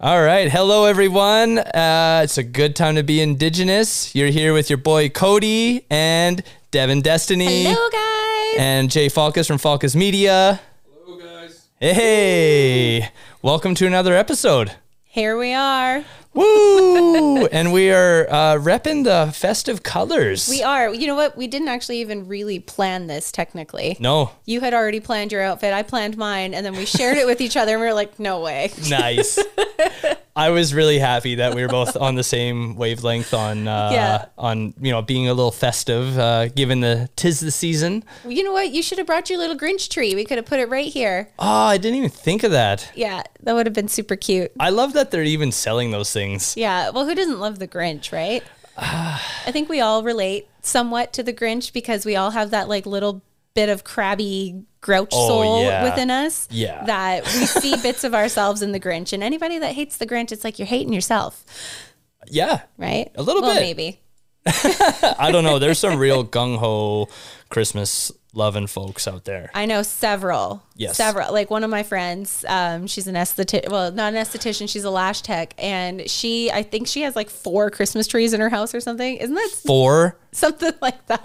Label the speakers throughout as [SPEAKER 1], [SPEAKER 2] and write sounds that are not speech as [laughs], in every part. [SPEAKER 1] All right. Hello, everyone. Uh, it's a good time to be indigenous. You're here with your boy Cody and Devin Destiny
[SPEAKER 2] Hello, guys.
[SPEAKER 1] and Jay Falkus from Falkus Media.
[SPEAKER 3] Hello, guys.
[SPEAKER 1] Hey, welcome to another episode.
[SPEAKER 2] Here we are. [laughs]
[SPEAKER 1] Woo! and we are uh, repping the festive colors.
[SPEAKER 2] We are. You know what? We didn't actually even really plan this technically.
[SPEAKER 1] No,
[SPEAKER 2] You had already planned your outfit. I planned mine, and then we shared it with each other, and we were like, "No way." [laughs]
[SPEAKER 1] nice. I was really happy that we were both on the same wavelength on uh,
[SPEAKER 2] Yeah.
[SPEAKER 1] on you know being a little festive, uh, given the tis the season.
[SPEAKER 2] You know what? You should have brought your little Grinch tree. We could have put it right here.
[SPEAKER 1] Oh, I didn't even think of that.
[SPEAKER 2] Yeah, that would have been super cute.
[SPEAKER 1] I love that they're even selling those things.
[SPEAKER 2] Yeah. Well, who doesn't love the Grinch, right? I think we all relate somewhat to the Grinch because we all have that like little bit of crabby grouch
[SPEAKER 1] Oh,
[SPEAKER 2] soul
[SPEAKER 1] yeah.
[SPEAKER 2] within us.
[SPEAKER 1] Yeah.
[SPEAKER 2] That
[SPEAKER 1] [laughs]
[SPEAKER 2] we see bits of ourselves in the Grinch. And anybody that hates the Grinch, it's like you're hating yourself,
[SPEAKER 1] Yeah,
[SPEAKER 2] right?
[SPEAKER 1] A little
[SPEAKER 2] well,
[SPEAKER 1] bit.
[SPEAKER 2] maybe.
[SPEAKER 1] I don't know. There's some real gung ho Christmas loving folks out there.
[SPEAKER 2] I know several.
[SPEAKER 1] Yes.
[SPEAKER 2] Several. Like one of my friends, um, she's an esthetician. Well, not an esthetician. She's a lash tech. And she, I think she has like four Christmas trees in her house or something. Isn't that
[SPEAKER 1] Four.
[SPEAKER 2] something [laughs] like that.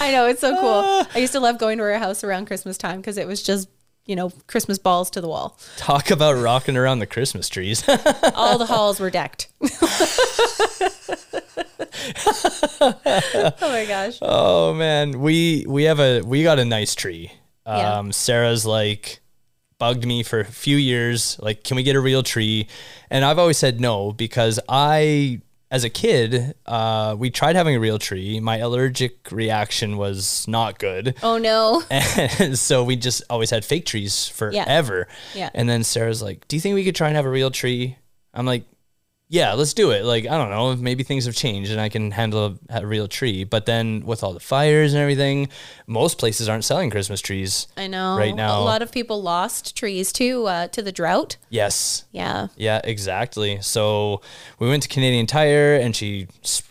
[SPEAKER 2] I know it's so cool. I used to love going to her house around Christmas time because it was just you know Christmas balls to the wall.
[SPEAKER 1] Talk about rocking around the Christmas trees. [laughs]
[SPEAKER 2] All the halls were decked. [laughs] oh my gosh!
[SPEAKER 1] Oh man, we we have a we got a nice tree.
[SPEAKER 2] Yeah.
[SPEAKER 1] Um, Sarah's like bugged me for a few years. Like, can we get a real tree? And I've always said no because I, as a kid, uh, we tried having a real tree. My allergic reaction was not good.
[SPEAKER 2] Oh no!
[SPEAKER 1] [laughs] And so we just always had fake trees forever.
[SPEAKER 2] Yeah.
[SPEAKER 1] And then Sarah's like, Do you think we could try and have a real tree? I'm like, Yeah, let's do it. Like, I don't know. Maybe things have changed and I can handle a, a real tree. But then with all the fires and everything, most places aren't selling Christmas trees.
[SPEAKER 2] I know.
[SPEAKER 1] Right
[SPEAKER 2] a
[SPEAKER 1] now.
[SPEAKER 2] lot of people lost trees too uh, to the drought.
[SPEAKER 1] Yes.
[SPEAKER 2] Yeah.
[SPEAKER 1] Yeah, exactly. So we went to Canadian Tire, and she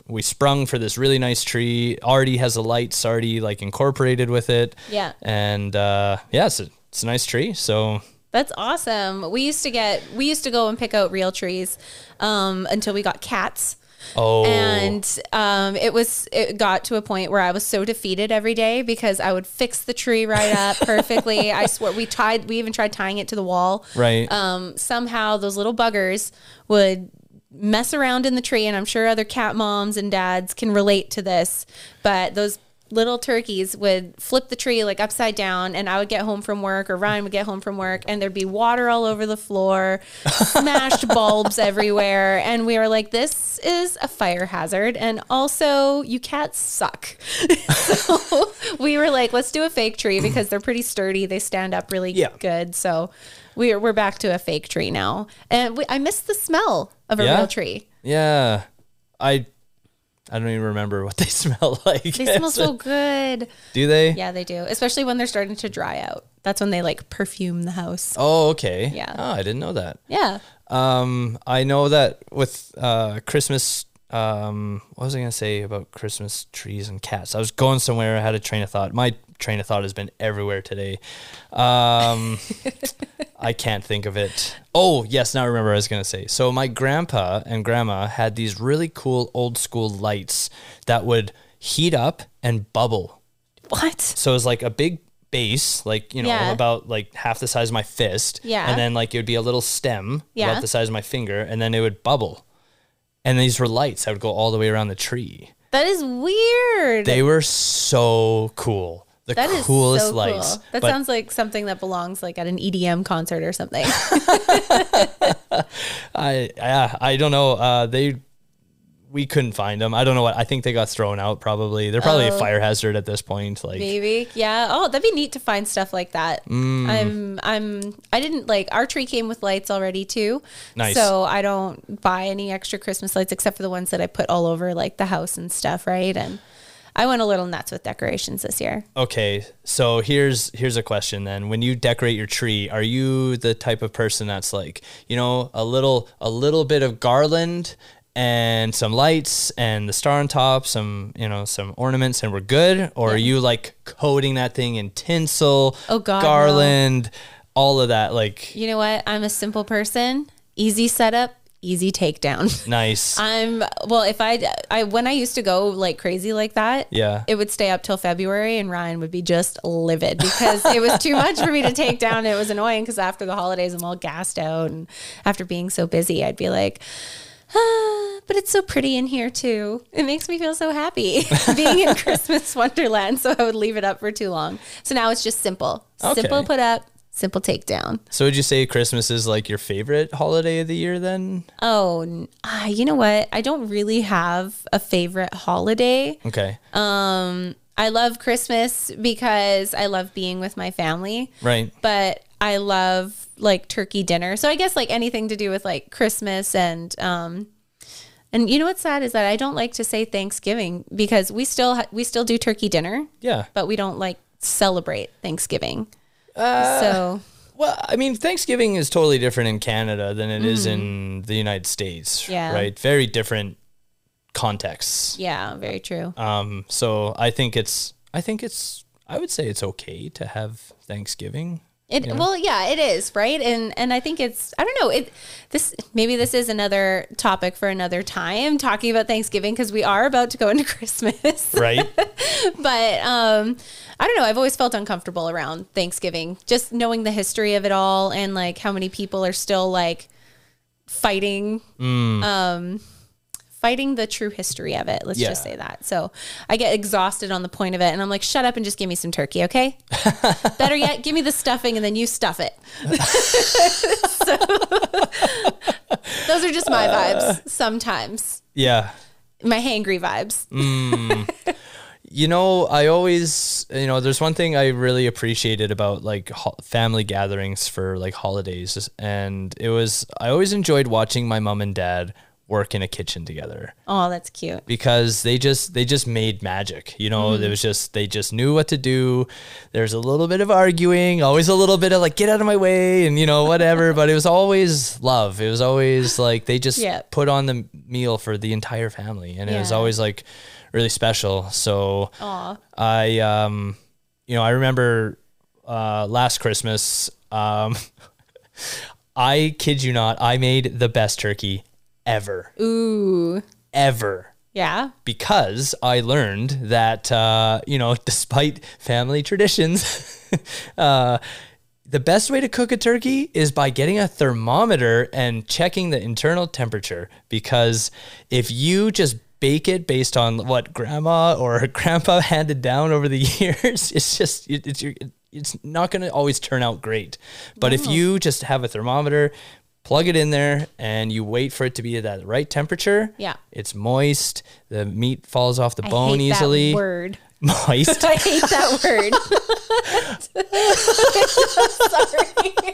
[SPEAKER 1] we sprung for this really nice tree. Already has the lights already like incorporated with it.
[SPEAKER 2] Yeah.
[SPEAKER 1] and uh, yeah, it's a, it's a nice tree. So
[SPEAKER 2] That's awesome. We used to get, we used to go and pick out real trees um, until we got cats.
[SPEAKER 1] oh,
[SPEAKER 2] and um, it was it got to a point where I was so defeated every day because I would fix the tree right up perfectly. I swear we tied we even tried tying it to the wall.
[SPEAKER 1] right.
[SPEAKER 2] Um, somehow those little buggers would mess around in the tree, and I'm sure other cat moms and dads can relate to this. But those little turkeys would flip the tree like upside down, and I would get home from work, or Ryan would get home from work, and there'd be water all over the floor, smashed bulbs everywhere, and we were like, "This is a fire hazard," and also you cats suck. so we were like, "Let's do a fake tree because they're pretty sturdy; they stand up really
[SPEAKER 1] Yeah.
[SPEAKER 2] good." So. We're, we're back to a fake tree now. And we, I miss the smell of a
[SPEAKER 1] Yeah?
[SPEAKER 2] real tree.
[SPEAKER 1] yeah, I I don't even remember what they [laughs] smell like.
[SPEAKER 2] They
[SPEAKER 1] [laughs]
[SPEAKER 2] smell so good.
[SPEAKER 1] Do they?
[SPEAKER 2] Yeah, they do. Especially when they're starting to dry out. That's when they like perfume the house.
[SPEAKER 1] Oh, okay.
[SPEAKER 2] Yeah.
[SPEAKER 1] Oh, I didn't know that.
[SPEAKER 2] Yeah.
[SPEAKER 1] Um, I know that with uh, Christmas. Um, what was I gonna say about Christmas trees and cats? I was going somewhere. I had a train of thought. My train of thought has been everywhere today. Um, I can't think of it. Oh, yes, now I remember what I was gonna say. So my grandpa and grandma had these really cool old school lights that would heat up and bubble.
[SPEAKER 2] What?
[SPEAKER 1] So it was like a big base, like, you know,
[SPEAKER 2] Yeah.
[SPEAKER 1] about like half the size of my fist.
[SPEAKER 2] Yeah.
[SPEAKER 1] And then like it would be a little stem
[SPEAKER 2] Yeah.
[SPEAKER 1] about the size of my finger, and then it would bubble. And these were lights that would go all the way around the tree.
[SPEAKER 2] That is weird.
[SPEAKER 1] They were so cool. The
[SPEAKER 2] that is
[SPEAKER 1] coolest
[SPEAKER 2] so cool.
[SPEAKER 1] lights.
[SPEAKER 2] That
[SPEAKER 1] But
[SPEAKER 2] sounds like something that belongs like at an EDM concert or something.
[SPEAKER 1] I yeah, I don't know. Uh they we couldn't find them. I don't know what I think they got thrown out probably. They're probably
[SPEAKER 2] Oh.
[SPEAKER 1] a fire hazard at this point. Like
[SPEAKER 2] Maybe. Yeah. Oh, that'd be neat to find stuff like that. I'm I'm I didn't like our tree came with lights already too.
[SPEAKER 1] Nice.
[SPEAKER 2] So I don't buy any extra Christmas lights except for the ones that I put all over like the house and stuff, right? And I went a little nuts with decorations this year.
[SPEAKER 1] Okay, so here's here's a question then. When you decorate your tree, are you the type of person that's like, you know, a little a little bit of garland and some lights and the star on top, some, you know, some ornaments and we're good, or are you like coating that thing in tinsel,
[SPEAKER 2] Oh, God, no.
[SPEAKER 1] garland, all of that like
[SPEAKER 2] You know what? I'm a simple person easy setup, easy takedown. [laughs]
[SPEAKER 1] Nice.
[SPEAKER 2] I'm well. If I, I when I used to go like crazy like that,
[SPEAKER 1] Yeah.
[SPEAKER 2] it would stay up till February, and Ryan would be just livid because it was too much for me to take down. It was annoying because after the holidays, I'm all gassed out, and after being so busy, I'd be like. Ah, but it's so pretty in here too. It makes me feel so happy [laughs] being in Christmas wonderland. So I would leave it up for too long. So now it's just simple,
[SPEAKER 1] Okay.
[SPEAKER 2] simple put up, simple takedown.
[SPEAKER 1] So would you say Christmas is like your favorite holiday of the year then?
[SPEAKER 2] Oh, n- ah, you know what? I don't really have a favorite holiday.
[SPEAKER 1] Okay.
[SPEAKER 2] Uh, I love Christmas because I love being with my family,
[SPEAKER 1] right.
[SPEAKER 2] but I love like turkey dinner. So I guess like anything to do with like Christmas and um and you know what's sad is that I don't like to say Thanksgiving because we still ha- we still do turkey dinner,
[SPEAKER 1] Yeah.
[SPEAKER 2] but we don't like celebrate Thanksgiving.
[SPEAKER 1] Uh.
[SPEAKER 2] so
[SPEAKER 1] Well, I mean, Thanksgiving is totally different in Canada than it is in the United States.
[SPEAKER 2] Yeah.
[SPEAKER 1] Right. Very different contexts.
[SPEAKER 2] yeah, very true.
[SPEAKER 1] Um, so I think it's, I think it's, I would say it's okay to have Thanksgiving.
[SPEAKER 2] It well, yeah, it is right, and and I think it's I don't know it. This maybe this is another topic for another time talking about Thanksgiving because we are about to go into [laughs] Christmas.
[SPEAKER 1] Right.
[SPEAKER 2] but um, I don't know. I've always felt uncomfortable around Thanksgiving, just knowing the history of it all and like how many people are still like fighting, um, fighting the true history of it. Let's just
[SPEAKER 1] Yeah.
[SPEAKER 2] say that. So I get exhausted on the point of it, and I'm like, shut up and just give me some turkey, okay? Better yet, give me the stuffing and then you stuff it. [laughs] So, those are just my vibes sometimes.
[SPEAKER 1] yeah.
[SPEAKER 2] My hangry vibes.
[SPEAKER 1] You know, I always, you know, there's one thing I really appreciated about like ho- family gatherings for like holidays. And it was, I always enjoyed watching my mom and dad work in a kitchen together.
[SPEAKER 2] Oh, that's cute.
[SPEAKER 1] because they just they just made magic you know
[SPEAKER 2] Mm-hmm.
[SPEAKER 1] it was just they just knew what to do there's a little bit of arguing always a little bit of like get out of my way and you know whatever but it was always love it was always like they just
[SPEAKER 2] Yeah.
[SPEAKER 1] put on the meal for the entire family and it was
[SPEAKER 2] Yeah.
[SPEAKER 1] always like really special so
[SPEAKER 2] Aw.
[SPEAKER 1] I, um, you know, I remember uh, last Christmas. Um, [laughs] I kid you not, I made the best turkey ever,
[SPEAKER 2] Ooh.
[SPEAKER 1] ever.
[SPEAKER 2] Yeah.
[SPEAKER 1] Because I learned that uh, you know, [laughs] despite family traditions, [laughs] uh, the best way to cook a turkey is by getting a thermometer and checking the internal temperature. Because if you just bake it based on what grandma or [laughs] grandpa handed down over the [laughs] years, it's just it, it's your, it's not going to always turn out great. But if you just have a thermometer, plug it in there, and you wait for it to be at that right temperature,
[SPEAKER 2] Yeah.
[SPEAKER 1] it's moist. The meat falls off the
[SPEAKER 2] I
[SPEAKER 1] bone
[SPEAKER 2] hate
[SPEAKER 1] easily.
[SPEAKER 2] That word.
[SPEAKER 1] [laughs]
[SPEAKER 2] [laughs]
[SPEAKER 1] Moist.
[SPEAKER 2] I hate that word. [laughs] Sorry.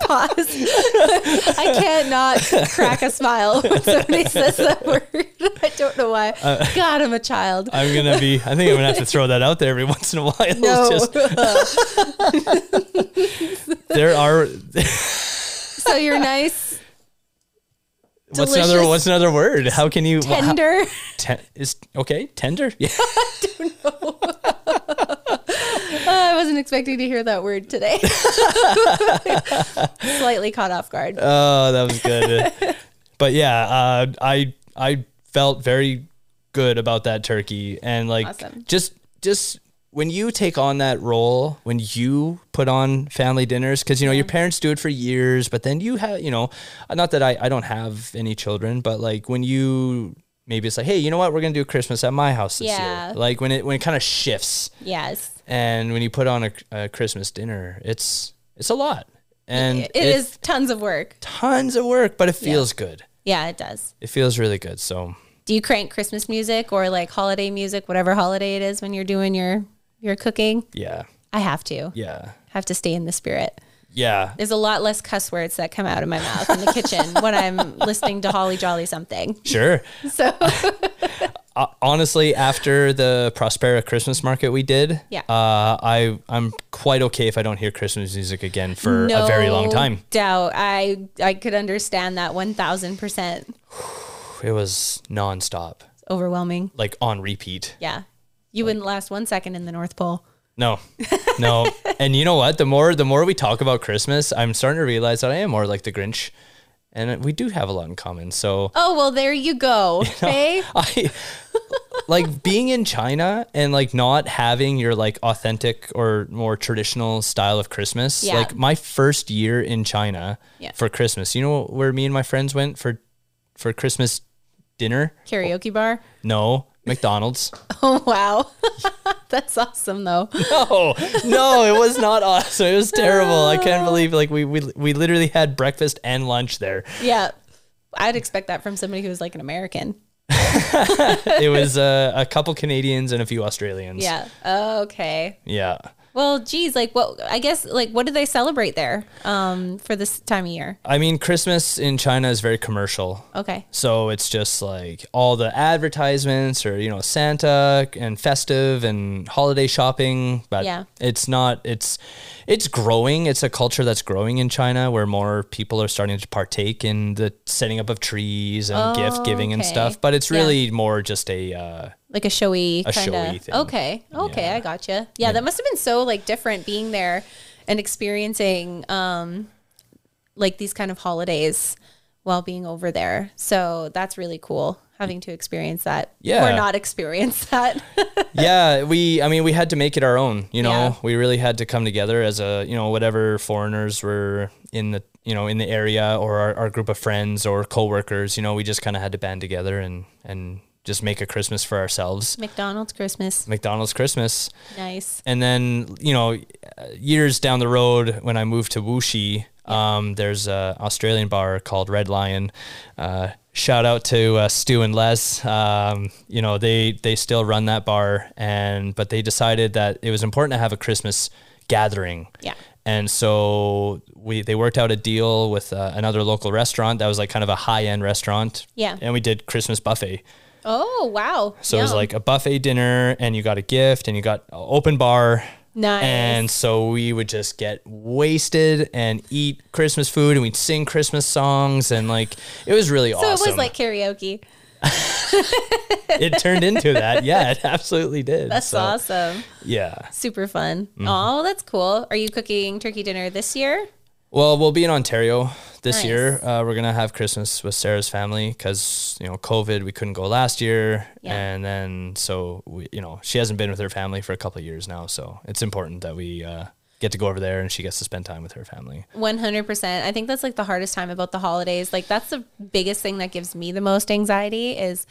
[SPEAKER 2] Pause. I can't not crack a smile when
[SPEAKER 1] [laughs]
[SPEAKER 2] somebody says that word. [laughs] I don't know why. God, I'm a child.
[SPEAKER 1] I'm gonna be. Uh, I think I'm gonna have to throw that out there every [laughs] once in a while.
[SPEAKER 2] no.
[SPEAKER 1] Just there are.
[SPEAKER 2] [laughs]
[SPEAKER 1] [laughs]
[SPEAKER 2] so you're nice,
[SPEAKER 1] What's another?
[SPEAKER 2] Delicious.
[SPEAKER 1] What's another word? How can you? wha- how-
[SPEAKER 2] tender.
[SPEAKER 1] ten, is okay. Tender. [laughs] Yeah.
[SPEAKER 2] Oh, I wasn't expecting to hear that word
[SPEAKER 1] [laughs]
[SPEAKER 2] today. Slightly caught off guard.
[SPEAKER 1] Oh, that was good.
[SPEAKER 2] [laughs]
[SPEAKER 1] but yeah, uh, I I felt very good about that turkey and like
[SPEAKER 2] Awesome.
[SPEAKER 1] just just when you take on that role when you put on family dinners because you know your parents do it for years but then you have you know not that I, I don't have any children but like when you maybe it's like hey you know what we're gonna do christmas at my house this
[SPEAKER 2] Yeah.
[SPEAKER 1] year like when it when it kind of shifts
[SPEAKER 2] yes.
[SPEAKER 1] and when you put on a, a christmas dinner it's it's a lot and
[SPEAKER 2] It is tons of work.
[SPEAKER 1] tons of work, but it feels good.
[SPEAKER 2] Yeah, it does.
[SPEAKER 1] It feels really good. So
[SPEAKER 2] Do you crank Christmas music or like holiday music, whatever holiday it is when you're doing your your cooking?
[SPEAKER 1] yeah,
[SPEAKER 2] I have to.
[SPEAKER 1] yeah,
[SPEAKER 2] Have to stay in the spirit.
[SPEAKER 1] yeah.
[SPEAKER 2] [laughs] There's a lot less cuss words that come out of my mouth in the kitchen
[SPEAKER 1] [laughs]
[SPEAKER 2] when I'm listening to Holly Jolly something.
[SPEAKER 1] Sure.
[SPEAKER 2] So
[SPEAKER 1] [laughs] Uh, honestly, after the Prospera Christmas market we did,
[SPEAKER 2] Yeah.
[SPEAKER 1] uh, I I'm quite okay if I don't hear Christmas music again for a very long
[SPEAKER 2] no
[SPEAKER 1] time.
[SPEAKER 2] Doubt. I I could understand that one thousand percent.
[SPEAKER 1] It was nonstop,
[SPEAKER 2] Overwhelming.
[SPEAKER 1] like on repeat.
[SPEAKER 2] Yeah. You wouldn't last one second in the North Pole.
[SPEAKER 1] No,
[SPEAKER 2] [laughs]
[SPEAKER 1] no. and you know what? The more the more we talk about Christmas, I'm starting to realize that I am more like the Grinch, and we do have a lot in common. So
[SPEAKER 2] Oh, well, there you
[SPEAKER 1] [laughs]
[SPEAKER 2] go. Okay.
[SPEAKER 1] I like being in China and like not having your like authentic or more traditional style of Christmas.
[SPEAKER 2] Yeah.
[SPEAKER 1] Like my first year in China
[SPEAKER 2] Yeah.
[SPEAKER 1] for Christmas. You know where me and my friends went for for Christmas dinner?
[SPEAKER 2] Karaoke bar. [laughs]
[SPEAKER 1] No, McDonald's.
[SPEAKER 2] Oh, wow. [laughs] That's awesome, though.
[SPEAKER 1] no, no, it was not awesome. It was terrible. I can't believe like we we we literally had breakfast and lunch there.
[SPEAKER 2] Yeah. I'd expect that from somebody who was like an American.
[SPEAKER 1] It was uh, a couple Canadians and a few Australians.
[SPEAKER 2] Yeah. Oh, okay.
[SPEAKER 1] Yeah.
[SPEAKER 2] Well, geez, like what? I guess like what do they celebrate there um, for this time of year?
[SPEAKER 1] I mean, Christmas in China is very commercial.
[SPEAKER 2] Okay.
[SPEAKER 1] So it's just like all the advertisements or, you know, Santa and festive and holiday shopping. But
[SPEAKER 2] Yeah.
[SPEAKER 1] it's not, it's, it's growing. It's a culture that's growing in China where more people are starting to partake in the setting up of trees and gift giving and
[SPEAKER 2] Oh, okay.
[SPEAKER 1] stuff. But it's
[SPEAKER 2] Yeah.
[SPEAKER 1] really more just a, uh,
[SPEAKER 2] Like a showy
[SPEAKER 1] A
[SPEAKER 2] kind
[SPEAKER 1] showy
[SPEAKER 2] of.
[SPEAKER 1] thing.
[SPEAKER 2] Okay. Okay, I gotcha. Yeah, that must have been so like different being there and experiencing um, like these kind of holidays while being over there. So that's really cool having to experience that
[SPEAKER 1] Yeah.
[SPEAKER 2] or not experience [laughs] that.
[SPEAKER 1] yeah, we I mean we had to make it our own, you know.
[SPEAKER 2] Yeah.
[SPEAKER 1] We really had to come together as a, you know, whatever foreigners were in the, you know, in the area or our, our group of friends or coworkers, you know, we just kind of had to band together and and just make a Christmas for ourselves.
[SPEAKER 2] McDonald's Christmas.
[SPEAKER 1] McDonald's Christmas.
[SPEAKER 2] Nice.
[SPEAKER 1] And then, you know, years down the road when I moved to Wuxi, um, there's a Australian bar called Red Lion. Uh, shout out to uh, Stu and Les. Um, you know, they they still run that bar, and but they decided that it was important to have a Christmas gathering.
[SPEAKER 2] Yeah.
[SPEAKER 1] And so we they worked out a deal with uh, another local restaurant that was like kind of a high end restaurant.
[SPEAKER 2] Yeah.
[SPEAKER 1] And we did Christmas buffet.
[SPEAKER 2] Oh, wow.
[SPEAKER 1] So it was
[SPEAKER 2] Yum.
[SPEAKER 1] like a buffet dinner, and you got a gift, and you got a open bar.
[SPEAKER 2] Nice.
[SPEAKER 1] And so we would just get wasted and eat Christmas food, and we'd sing Christmas songs, and like it was really
[SPEAKER 2] So
[SPEAKER 1] awesome.
[SPEAKER 2] it was like [laughs] karaoke.
[SPEAKER 1] it turned into that. Yeah,
[SPEAKER 2] [laughs]
[SPEAKER 1] it absolutely did.
[SPEAKER 2] That's
[SPEAKER 1] So, Mm-hmm.
[SPEAKER 2] awesome.
[SPEAKER 1] Yeah.
[SPEAKER 2] Super fun. Oh, that's cool. Are you cooking turkey dinner this year?
[SPEAKER 1] Well, we'll be in Ontario this
[SPEAKER 2] Nice.
[SPEAKER 1] year. Uh, we're gonna have Christmas with Sarah's family because you know COVID, we couldn't go last year,
[SPEAKER 2] Yeah.
[SPEAKER 1] and then so we, you know, she hasn't been with her family for a couple of years now, so it's important that we uh, get to go over there and she gets to spend time with her family.
[SPEAKER 2] 100%. I think that's like the hardest time about the holidays. Like that's the biggest thing that gives me the most anxiety is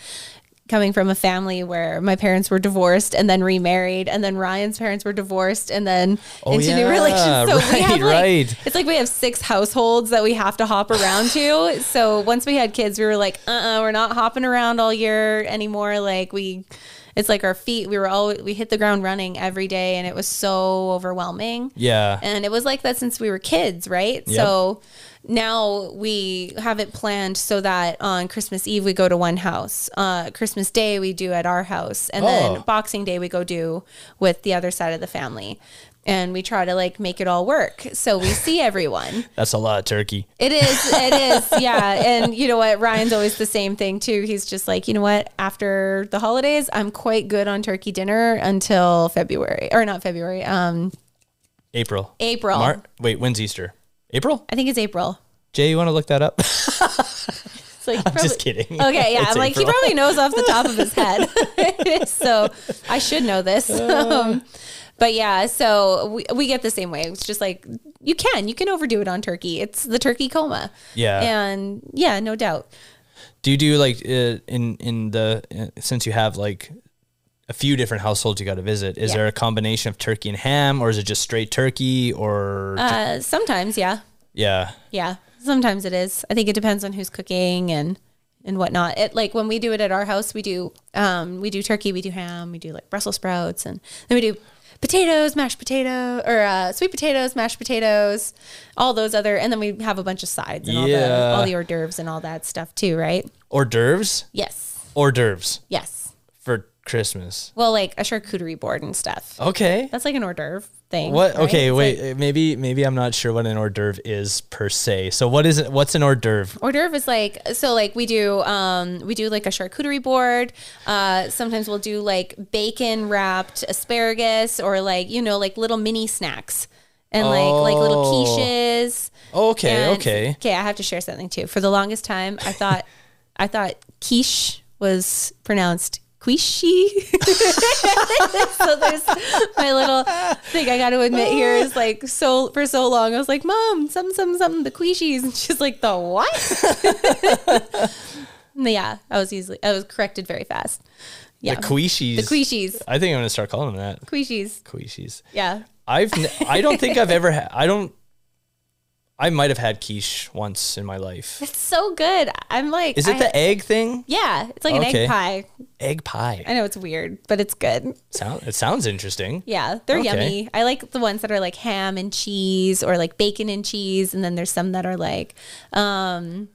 [SPEAKER 2] coming from a family where my parents were divorced and then remarried and then Ryan's parents were divorced and then into
[SPEAKER 1] Oh, yeah,
[SPEAKER 2] new relations. So we have
[SPEAKER 1] right,
[SPEAKER 2] like,
[SPEAKER 1] right.
[SPEAKER 2] it's like we have six households that we have to hop around to. So once we had kids, we were like, uh-uh, we're not hopping around all year anymore. Like we, it's like our feet, we were all, we hit the ground running every day and it was so overwhelming.
[SPEAKER 1] Yeah.
[SPEAKER 2] And it was like that since we were kids, right? So now we have it planned so that on Christmas Eve we go to one house. Uh, Christmas Day we do at our house. And
[SPEAKER 1] Oh.
[SPEAKER 2] then Boxing Day we go do with the other side of the family. And we try to like make it all work. So we
[SPEAKER 1] [laughs]
[SPEAKER 2] see everyone.
[SPEAKER 1] That's a lot of turkey.
[SPEAKER 2] It is. It is. Yeah. And you know what? Ryan's always the same thing too. He's just like, you know what? After the holidays, I'm quite good on turkey dinner until February or not February. Um,
[SPEAKER 1] April.
[SPEAKER 2] April.
[SPEAKER 1] Mar- wait, when's Easter? April?
[SPEAKER 2] I think it's April.
[SPEAKER 1] Jay, you want to look that up? [laughs]
[SPEAKER 2] It's like probably-
[SPEAKER 1] Just kidding.
[SPEAKER 2] Okay, yeah.
[SPEAKER 1] [laughs] It's
[SPEAKER 2] I'm like, he
[SPEAKER 1] April.
[SPEAKER 2] probably knows off the top of his
[SPEAKER 1] [laughs]
[SPEAKER 2] head. [laughs] so I should know this.
[SPEAKER 1] Uh.
[SPEAKER 2] Um, but yeah, so we, we get the same way. It's just like, you can, you can overdo it on turkey. It's the turkey coma.
[SPEAKER 1] Yeah.
[SPEAKER 2] And yeah, no doubt.
[SPEAKER 1] Do you do like uh, in in the uh, since you have like a few different households you got to visit? Is
[SPEAKER 2] Yeah.
[SPEAKER 1] there a combination of turkey and ham, or is it just straight turkey? Or
[SPEAKER 2] Uh, sometimes, yeah.
[SPEAKER 1] yeah,
[SPEAKER 2] Yeah, sometimes it is. I think it depends on who's cooking and and whatnot. It like when we do it at our house, we do um we do turkey, we do ham, we do like Brussels sprouts, and then we do potatoes, mashed potato, or uh, sweet potatoes, mashed potatoes, all those other, and then we have a bunch of sides and all
[SPEAKER 1] Yeah.
[SPEAKER 2] the all the hors d'oeuvres and all that stuff too, right?
[SPEAKER 1] hors d'oeuvres,
[SPEAKER 2] Yes,
[SPEAKER 1] hors d'oeuvres
[SPEAKER 2] yes.
[SPEAKER 1] for Christmas.
[SPEAKER 2] Well, like a charcuterie board and stuff.
[SPEAKER 1] Okay.
[SPEAKER 2] That's like an hors d'oeuvre thing.
[SPEAKER 1] Oh. What?
[SPEAKER 2] right?
[SPEAKER 1] Okay,
[SPEAKER 2] It's
[SPEAKER 1] wait. uh, maybe maybe I'm not sure what an hors d'oeuvre is per se. So what is it? What's an hors d'oeuvre?
[SPEAKER 2] hors d'oeuvre is like so like we do um we do like a charcuterie board uh sometimes we'll do like bacon wrapped asparagus or like you know like little mini snacks and like like little
[SPEAKER 1] Oh.
[SPEAKER 2] quiches.
[SPEAKER 1] Okay,
[SPEAKER 2] And-
[SPEAKER 1] okay.
[SPEAKER 2] Okay, I have to share something too. For the longest time, I
[SPEAKER 1] [laughs]
[SPEAKER 2] thought I thought quiche was pronounced quiche. [laughs] so there's my little thing I got to admit here is like so for so long I was like, "Mom, some some some the quiches," and she's like, "The
[SPEAKER 1] [laughs]
[SPEAKER 2] what?" yeah, I was easily I was corrected very fast. Yeah,
[SPEAKER 1] The Quishies.
[SPEAKER 2] the quiches,
[SPEAKER 1] I think I'm gonna start calling them that.
[SPEAKER 2] quiches.
[SPEAKER 1] Quishies.
[SPEAKER 2] Yeah,
[SPEAKER 1] I've n- I don't think I've ever had I don't I might have had quiche once in my life.
[SPEAKER 2] it's so good. I'm like,
[SPEAKER 1] Is it
[SPEAKER 2] I-
[SPEAKER 1] the egg thing?
[SPEAKER 2] yeah? It's like an
[SPEAKER 1] Okay.
[SPEAKER 2] egg pie.
[SPEAKER 1] Egg pie.
[SPEAKER 2] I know it's weird, but it's good.
[SPEAKER 1] Sound it sounds interesting.
[SPEAKER 2] Yeah, they're
[SPEAKER 1] Okay.
[SPEAKER 2] yummy. I like the ones that are like ham and cheese or like bacon and cheese and then there's some that are like um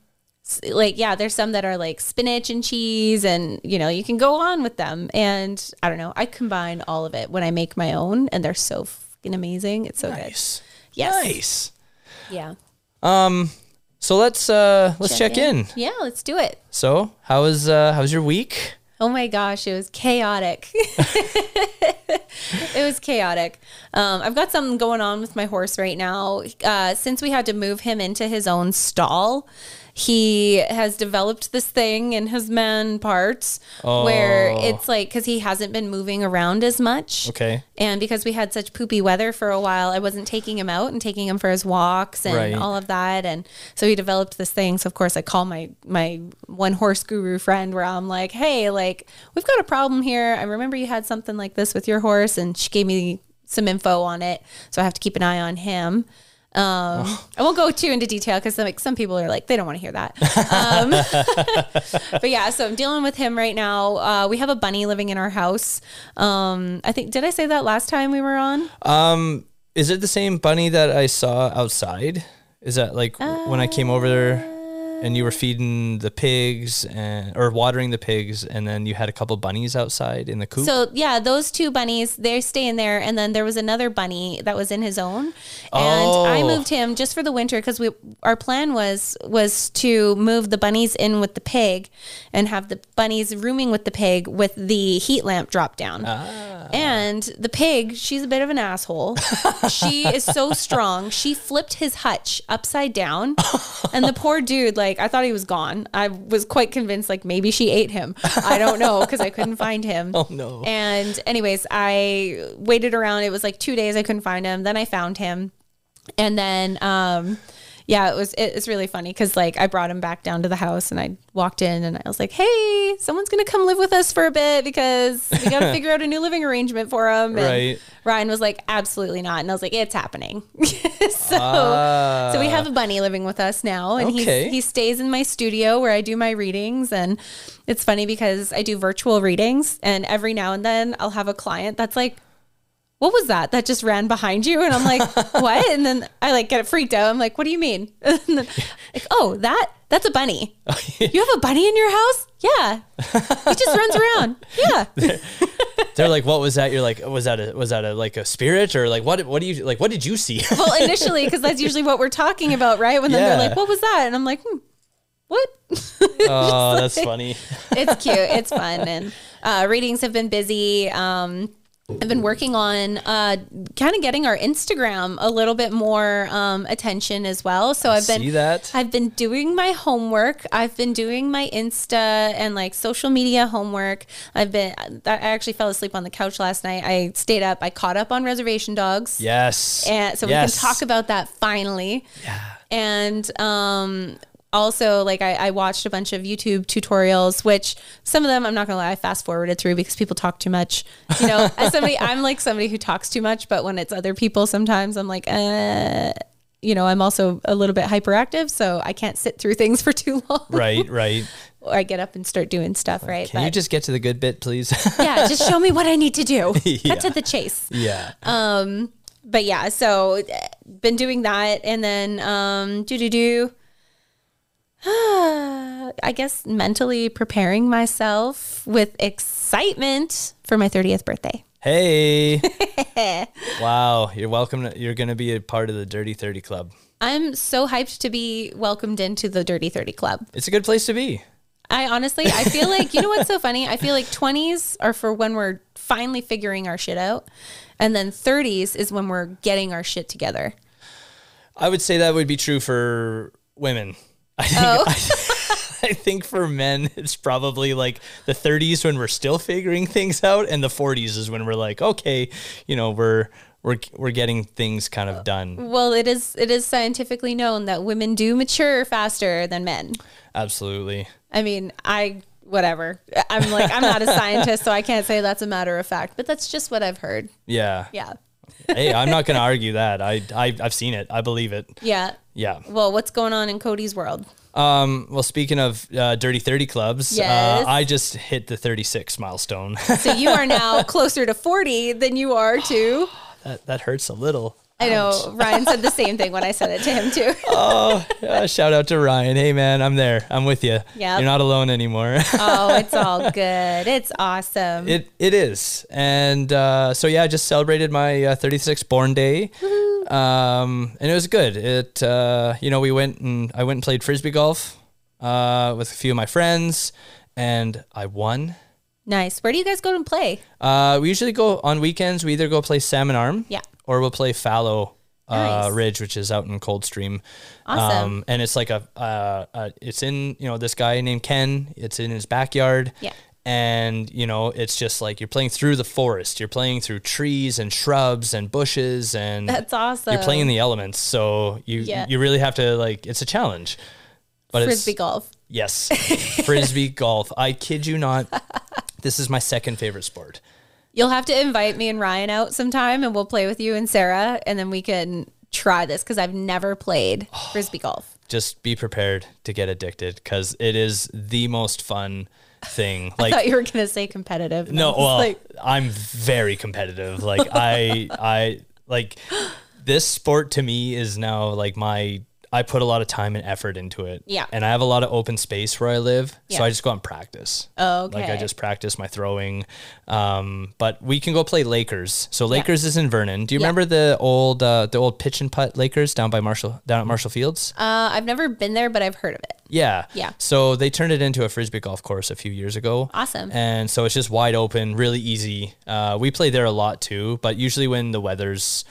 [SPEAKER 2] s- like yeah, there's some that are like spinach and cheese and you know, you can go on with them and I don't know. I combine all of it when I make my own and they're so fucking amazing. It's so
[SPEAKER 1] Nice.
[SPEAKER 2] good. Yes.
[SPEAKER 1] Nice.
[SPEAKER 2] Yeah.
[SPEAKER 1] So let's uh let's check, in.
[SPEAKER 2] Yeah, let's do it.
[SPEAKER 1] So, how was uh how was your week?
[SPEAKER 2] Oh my gosh, it was chaotic. [laughs] it was chaotic. Um, I've got something going on with my horse right now. Uh, since we had to move him into his own stall, he has developed this thing in his man parts where
[SPEAKER 1] Oh.
[SPEAKER 2] it's like because he hasn't been moving around as much.
[SPEAKER 1] Okay.
[SPEAKER 2] And because we had such poopy weather for a while, I wasn't taking him out and taking him for his walks and
[SPEAKER 1] Right.
[SPEAKER 2] all of that. And so he developed this thing. So of course I call my my one horse guru friend where I'm like, Hey, like we've got a problem here. I remember you had something like this with your horse and she gave me some info on it. So I have to keep an eye on him. Um, I won't go too into detail because like some people are like they don't want to hear that. Um, [laughs] but yeah, so I'm dealing with him right now. Uh, we have a bunny living in our house. Um, I think did I say that last time we were on?
[SPEAKER 1] Is it the same bunny that I saw outside? Is that like when I came over there and you
[SPEAKER 2] Uh.
[SPEAKER 1] were feeding the pigs and or watering the pigs and then you had a couple bunnies outside in the coop?
[SPEAKER 2] So yeah, those two bunnies they stay in there, and then there was another bunny that was in his own, and I
[SPEAKER 1] Oh.
[SPEAKER 2] moved him just for the winter because we our plan was was to move the bunnies in with the pig, and have the bunnies rooming with the pig with the heat lamp drop down, and the pig she's a bit of an asshole, she is
[SPEAKER 1] [laughs]
[SPEAKER 2] so strong she flipped his hutch upside down, and the poor dude like I thought he was gone I was quite convinced like maybe she ate him I don't know because I couldn't find him
[SPEAKER 1] [laughs] oh no.
[SPEAKER 2] and anyways, I waited around. It was like two days. I couldn't find him. Then I found him, and then um, yeah, it was it, it's really funny because like I brought him back down to the house, and I walked in, and I was like, "Hey, someone's gonna come live with us for a bit because
[SPEAKER 1] [laughs]
[SPEAKER 2] we gotta figure out a new living arrangement for him." And
[SPEAKER 1] Right.
[SPEAKER 2] Ryan was like, "Absolutely not," and I was like, "It's happening." [laughs] so.
[SPEAKER 1] Ah.
[SPEAKER 2] So we have a bunny living with us now, and
[SPEAKER 1] Okay.
[SPEAKER 2] he's, he stays in my studio where I do my readings. And it's funny because I do virtual readings, and every now and then I'll have a client that's like, "What was that? That just ran behind you?" And
[SPEAKER 1] [laughs]
[SPEAKER 2] I'm like, "What?" And then I like get freaked out. I'm like, "What do you mean?" [laughs] And then, like, "Oh, that that's
[SPEAKER 1] [laughs]
[SPEAKER 2] a bunny. You have a bunny in your house? Yeah, he just runs around.
[SPEAKER 1] [laughs]
[SPEAKER 2] Yeah."
[SPEAKER 1] They're like, what was that? You're like, was that a was that a like a spirit or like what what do you like what did you
[SPEAKER 2] [laughs]
[SPEAKER 1] see? [laughs]
[SPEAKER 2] well, initially, because that's usually what we're talking about, right? When then
[SPEAKER 1] Yeah.
[SPEAKER 2] they're like, "What was that?" And I'm like, hmm, "What?" [laughs]
[SPEAKER 1] oh, that's funny.
[SPEAKER 2] it's cute. It's fun. And uh, readings have been busy. Um, I've been working on uh, kind of getting our Instagram a little bit more um, attention as well. So I've been
[SPEAKER 1] See that?
[SPEAKER 2] I've been doing my homework. I've been doing my Insta and like social media homework. I've been I actually fell asleep on the couch last night. I stayed up. I caught up on Reservation Dogs.
[SPEAKER 1] Yes.
[SPEAKER 2] And so
[SPEAKER 1] Yes.
[SPEAKER 2] we can talk about that finally. Yeah. And um also like I, I watched a bunch of YouTube tutorials, which some of them I'm not gonna lie, I fast forwarded through because people talk too much. You know,
[SPEAKER 1] [laughs]
[SPEAKER 2] as somebody I'm like somebody who talks too much, but when it's other people sometimes I'm like, uh you know, I'm also a little bit hyperactive, so I can't sit through things [laughs] for too long. [laughs]
[SPEAKER 1] Right, right.
[SPEAKER 2] Or I get up and start doing stuff, right?
[SPEAKER 1] Can you
[SPEAKER 2] But
[SPEAKER 1] just get to the good bit, please? [laughs]
[SPEAKER 2] yeah, just show me what I need to do.
[SPEAKER 1] Yeah.
[SPEAKER 2] Cut to the chase.
[SPEAKER 1] yeah.
[SPEAKER 2] Um, but yeah, so eh, been doing that, and then um, do do do. [sighs] I guess mentally preparing myself with excitement for my thirtieth birthday. [laughs]
[SPEAKER 1] hey. wow, you're welcome. To, you're going to be a part of the Dirty 30 Club.
[SPEAKER 2] I'm so hyped to be welcomed into the Dirty Thirty Club.
[SPEAKER 1] It's a good place to be.
[SPEAKER 2] I honestly, I feel like you know what's so funny? I feel like twenties are for when we're finally figuring our shit out, and then thirties is when we're getting our shit together.
[SPEAKER 1] I would say that would be true for women. I think,
[SPEAKER 2] Oh.
[SPEAKER 1] [laughs] I, I think for men, it's probably like the 30s when we're still figuring things out, and the 40s is when we're like, okay, you know, we're we're we're getting things kind of done.
[SPEAKER 2] Well, it is it is scientifically known that women do mature faster than men.
[SPEAKER 1] Absolutely.
[SPEAKER 2] I mean, I whatever. I'm like I'm not a scientist, so I can't say that's a matter of fact, but that's just what I've heard.
[SPEAKER 1] Yeah.
[SPEAKER 2] Yeah.
[SPEAKER 1] [laughs] hey, I'm not going to argue that. I, I I've seen it. I believe it.
[SPEAKER 2] Yeah.
[SPEAKER 1] Yeah.
[SPEAKER 2] Well, what's going on in Cody's world?
[SPEAKER 1] Um, well, speaking of uh, Dirty 30 clubs,
[SPEAKER 2] Yes.
[SPEAKER 1] uh, I just hit the 36 milestone. [laughs]
[SPEAKER 2] So you are [laughs] now closer to 40 than you are to
[SPEAKER 1] that, that hurts a little.
[SPEAKER 2] I know Ryan said the same thing when I said it to him too.
[SPEAKER 1] Uh, shout out to Ryan. Hey, man, I'm there. I'm with you.
[SPEAKER 2] Yep.
[SPEAKER 1] You're not alone anymore.
[SPEAKER 2] [laughs] Oh, it's all good. It's awesome.
[SPEAKER 1] it it is. And uh, so yeah, I just celebrated my uh, 36th born day. Um, and it was good. It uh, you know we went and I went and played frisbee golf uh, with a few of my friends, and I won.
[SPEAKER 2] nice. Where do you guys go and play?
[SPEAKER 1] Uh, we usually go on weekends. We either go play Salmon Arm,
[SPEAKER 2] Yeah.
[SPEAKER 1] or we'll play Fallow uh,
[SPEAKER 2] Nice.
[SPEAKER 1] Ridge, which is out in Coldstream.
[SPEAKER 2] Awesome.
[SPEAKER 1] and it's like a, uh, uh, it's in you know this guy named Ken. It's in his backyard.
[SPEAKER 2] Yeah.
[SPEAKER 1] And you know, it's just like you're playing through the forest. You're playing through trees and shrubs and bushes, and
[SPEAKER 2] That's awesome.
[SPEAKER 1] You're playing in the elements, so you
[SPEAKER 2] Yeah.
[SPEAKER 1] you really have to like. It's a challenge. But it's-
[SPEAKER 2] frisbee golf.
[SPEAKER 1] yes, frisbee golf. I kid you
[SPEAKER 2] [laughs]
[SPEAKER 1] not. This is my second favorite sport.
[SPEAKER 2] You'll have to invite me and Ryan out sometime and we'll play with you and Sarah and then we can try this cuz I've never
[SPEAKER 1] [gasps]
[SPEAKER 2] played frisbee golf.
[SPEAKER 1] just be prepared to get addicted because it is the most fun thing.
[SPEAKER 2] [laughs] I
[SPEAKER 1] Like
[SPEAKER 2] thought you were going to say competitive. and I
[SPEAKER 1] no,
[SPEAKER 2] was
[SPEAKER 1] well,
[SPEAKER 2] like,
[SPEAKER 1] I'm very competitive. Like
[SPEAKER 2] [laughs]
[SPEAKER 1] I, I like this sport to me is now like my. I put a lot of time and effort into it.
[SPEAKER 2] Yeah.
[SPEAKER 1] and I have a lot of open space where I live,
[SPEAKER 2] Yeah. Oh,
[SPEAKER 1] so I just go out and practice.
[SPEAKER 2] okay.
[SPEAKER 1] Like I just practice my throwing. Um, but we can go play Lakers. So Lakers is in Vernon. Do you
[SPEAKER 2] Yeah.
[SPEAKER 1] remember the old uh, the old pitch and putt Lakers down by Marshall down at Marshall Fields?
[SPEAKER 2] uh, I've never been there but I've heard of it.
[SPEAKER 1] Yeah.
[SPEAKER 2] Yeah.
[SPEAKER 1] So they turned it into a frisbee golf course a few years ago.
[SPEAKER 2] Awesome.
[SPEAKER 1] And so it's just wide open, really easy. Uh, we play there a lot too, but usually when the weather's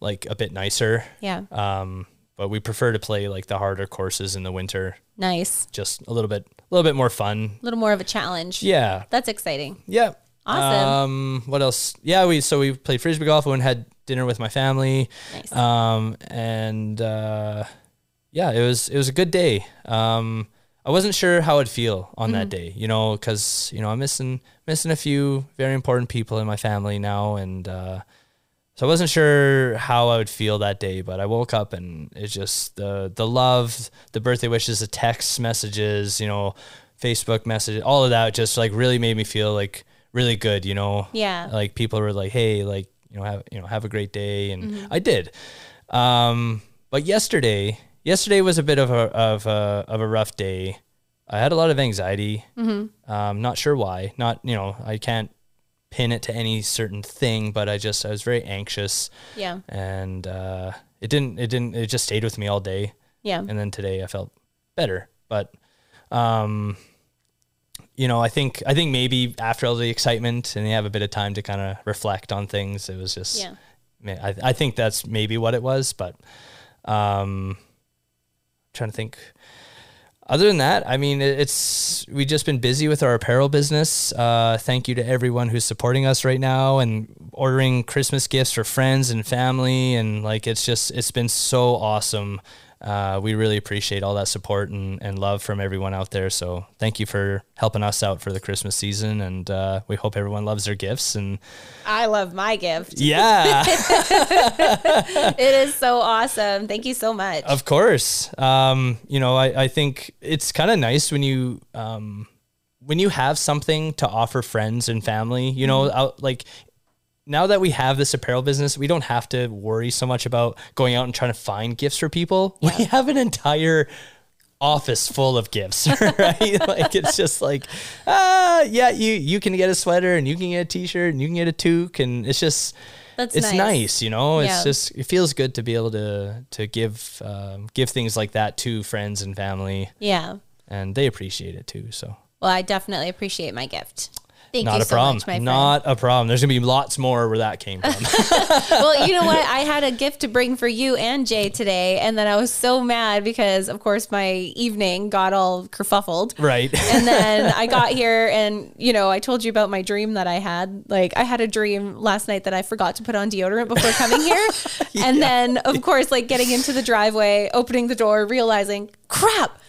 [SPEAKER 1] like a bit nicer.
[SPEAKER 2] Yeah.
[SPEAKER 1] Um, but we prefer to play like the harder courses in the winter,
[SPEAKER 2] nice.
[SPEAKER 1] just a little bit, a little bit more fun.
[SPEAKER 2] A little more of a challenge.
[SPEAKER 1] Yeah.
[SPEAKER 2] That's exciting.
[SPEAKER 1] Yeah.
[SPEAKER 2] Awesome.
[SPEAKER 1] Um, what else? Yeah, we so we played frisbee golf. I went and had dinner with my family.
[SPEAKER 2] Nice.
[SPEAKER 1] Um, and uh, yeah, it was it was a good day. Um, I wasn't sure how I'd feel on
[SPEAKER 2] Mm-hmm.
[SPEAKER 1] that day, you know, because you know I'm missing missing a few very important people in my family now, and uh, so I wasn't sure how I would feel that day. But I woke up and it's just the the love, the birthday wishes, the text messages, you know, Facebook messages, all of that just like really made me feel like really good, you know
[SPEAKER 2] Yeah.
[SPEAKER 1] like people were like hey like you know have you know have a great day and i did um but yesterday yesterday was a bit of a of a of a rough day i had a lot of anxiety um not sure why not you know i can't pin it to any certain thing but i just i was very anxious
[SPEAKER 2] Yeah.
[SPEAKER 1] and uh it didn't it didn't it just stayed with me all day
[SPEAKER 2] Yeah.
[SPEAKER 1] and then today I felt better. But um, you know, I think I think maybe after all the excitement and they have a bit of time to kind of reflect on things, it was just
[SPEAKER 2] Yeah.
[SPEAKER 1] ma- I, I think that's maybe what it was, but um, trying to think. Other than that, I mean, it- it's we've just been busy with our apparel business. Uh, thank you to everyone who's supporting us right now and ordering Christmas gifts for friends and family, and like it's just it's been so awesome. Uh, we really appreciate all that support and, and love from everyone out there. So thank you for helping us out for the Christmas season, and uh, we hope everyone loves their gifts. And
[SPEAKER 2] I love my gift.
[SPEAKER 1] yeah.
[SPEAKER 2] [laughs] It is so awesome. Thank you so much.
[SPEAKER 1] Of course. Um, you know, I, I think it's kind of nice when you um, when you have something to offer friends and family. You know, out, like now that we have this apparel business, we don't have to worry so much about going out and trying to find gifts for people. [laughs] We have an entire office full of gifts, [laughs] right? like it's just like, ah, yeah, you you can get a sweater and you can get a t-shirt and you can get a toque and it's just
[SPEAKER 2] That's
[SPEAKER 1] it's
[SPEAKER 2] nice.
[SPEAKER 1] nice. you know.
[SPEAKER 2] Yeah.
[SPEAKER 1] It's just it feels good to be able to to give um, give things like that to friends and family.
[SPEAKER 2] Yeah.
[SPEAKER 1] and they appreciate it too. So
[SPEAKER 2] Well, I definitely appreciate my gift. Thank
[SPEAKER 1] not
[SPEAKER 2] you
[SPEAKER 1] a
[SPEAKER 2] so
[SPEAKER 1] problem.
[SPEAKER 2] much, my friend.
[SPEAKER 1] not a problem. There's gonna be lots more where that came
[SPEAKER 2] [laughs]
[SPEAKER 1] from. [laughs]
[SPEAKER 2] well, you know what? I had a gift to bring for you and Jay today, and then I was so mad because, of course, my evening got all kerfuffled.
[SPEAKER 1] right.
[SPEAKER 2] And then I got here, and you know, I told you about my dream that I had. Like, I had a dream last night that I forgot to put on deodorant before coming here, and then, of course, like getting into the driveway, opening the door, realizing, crap.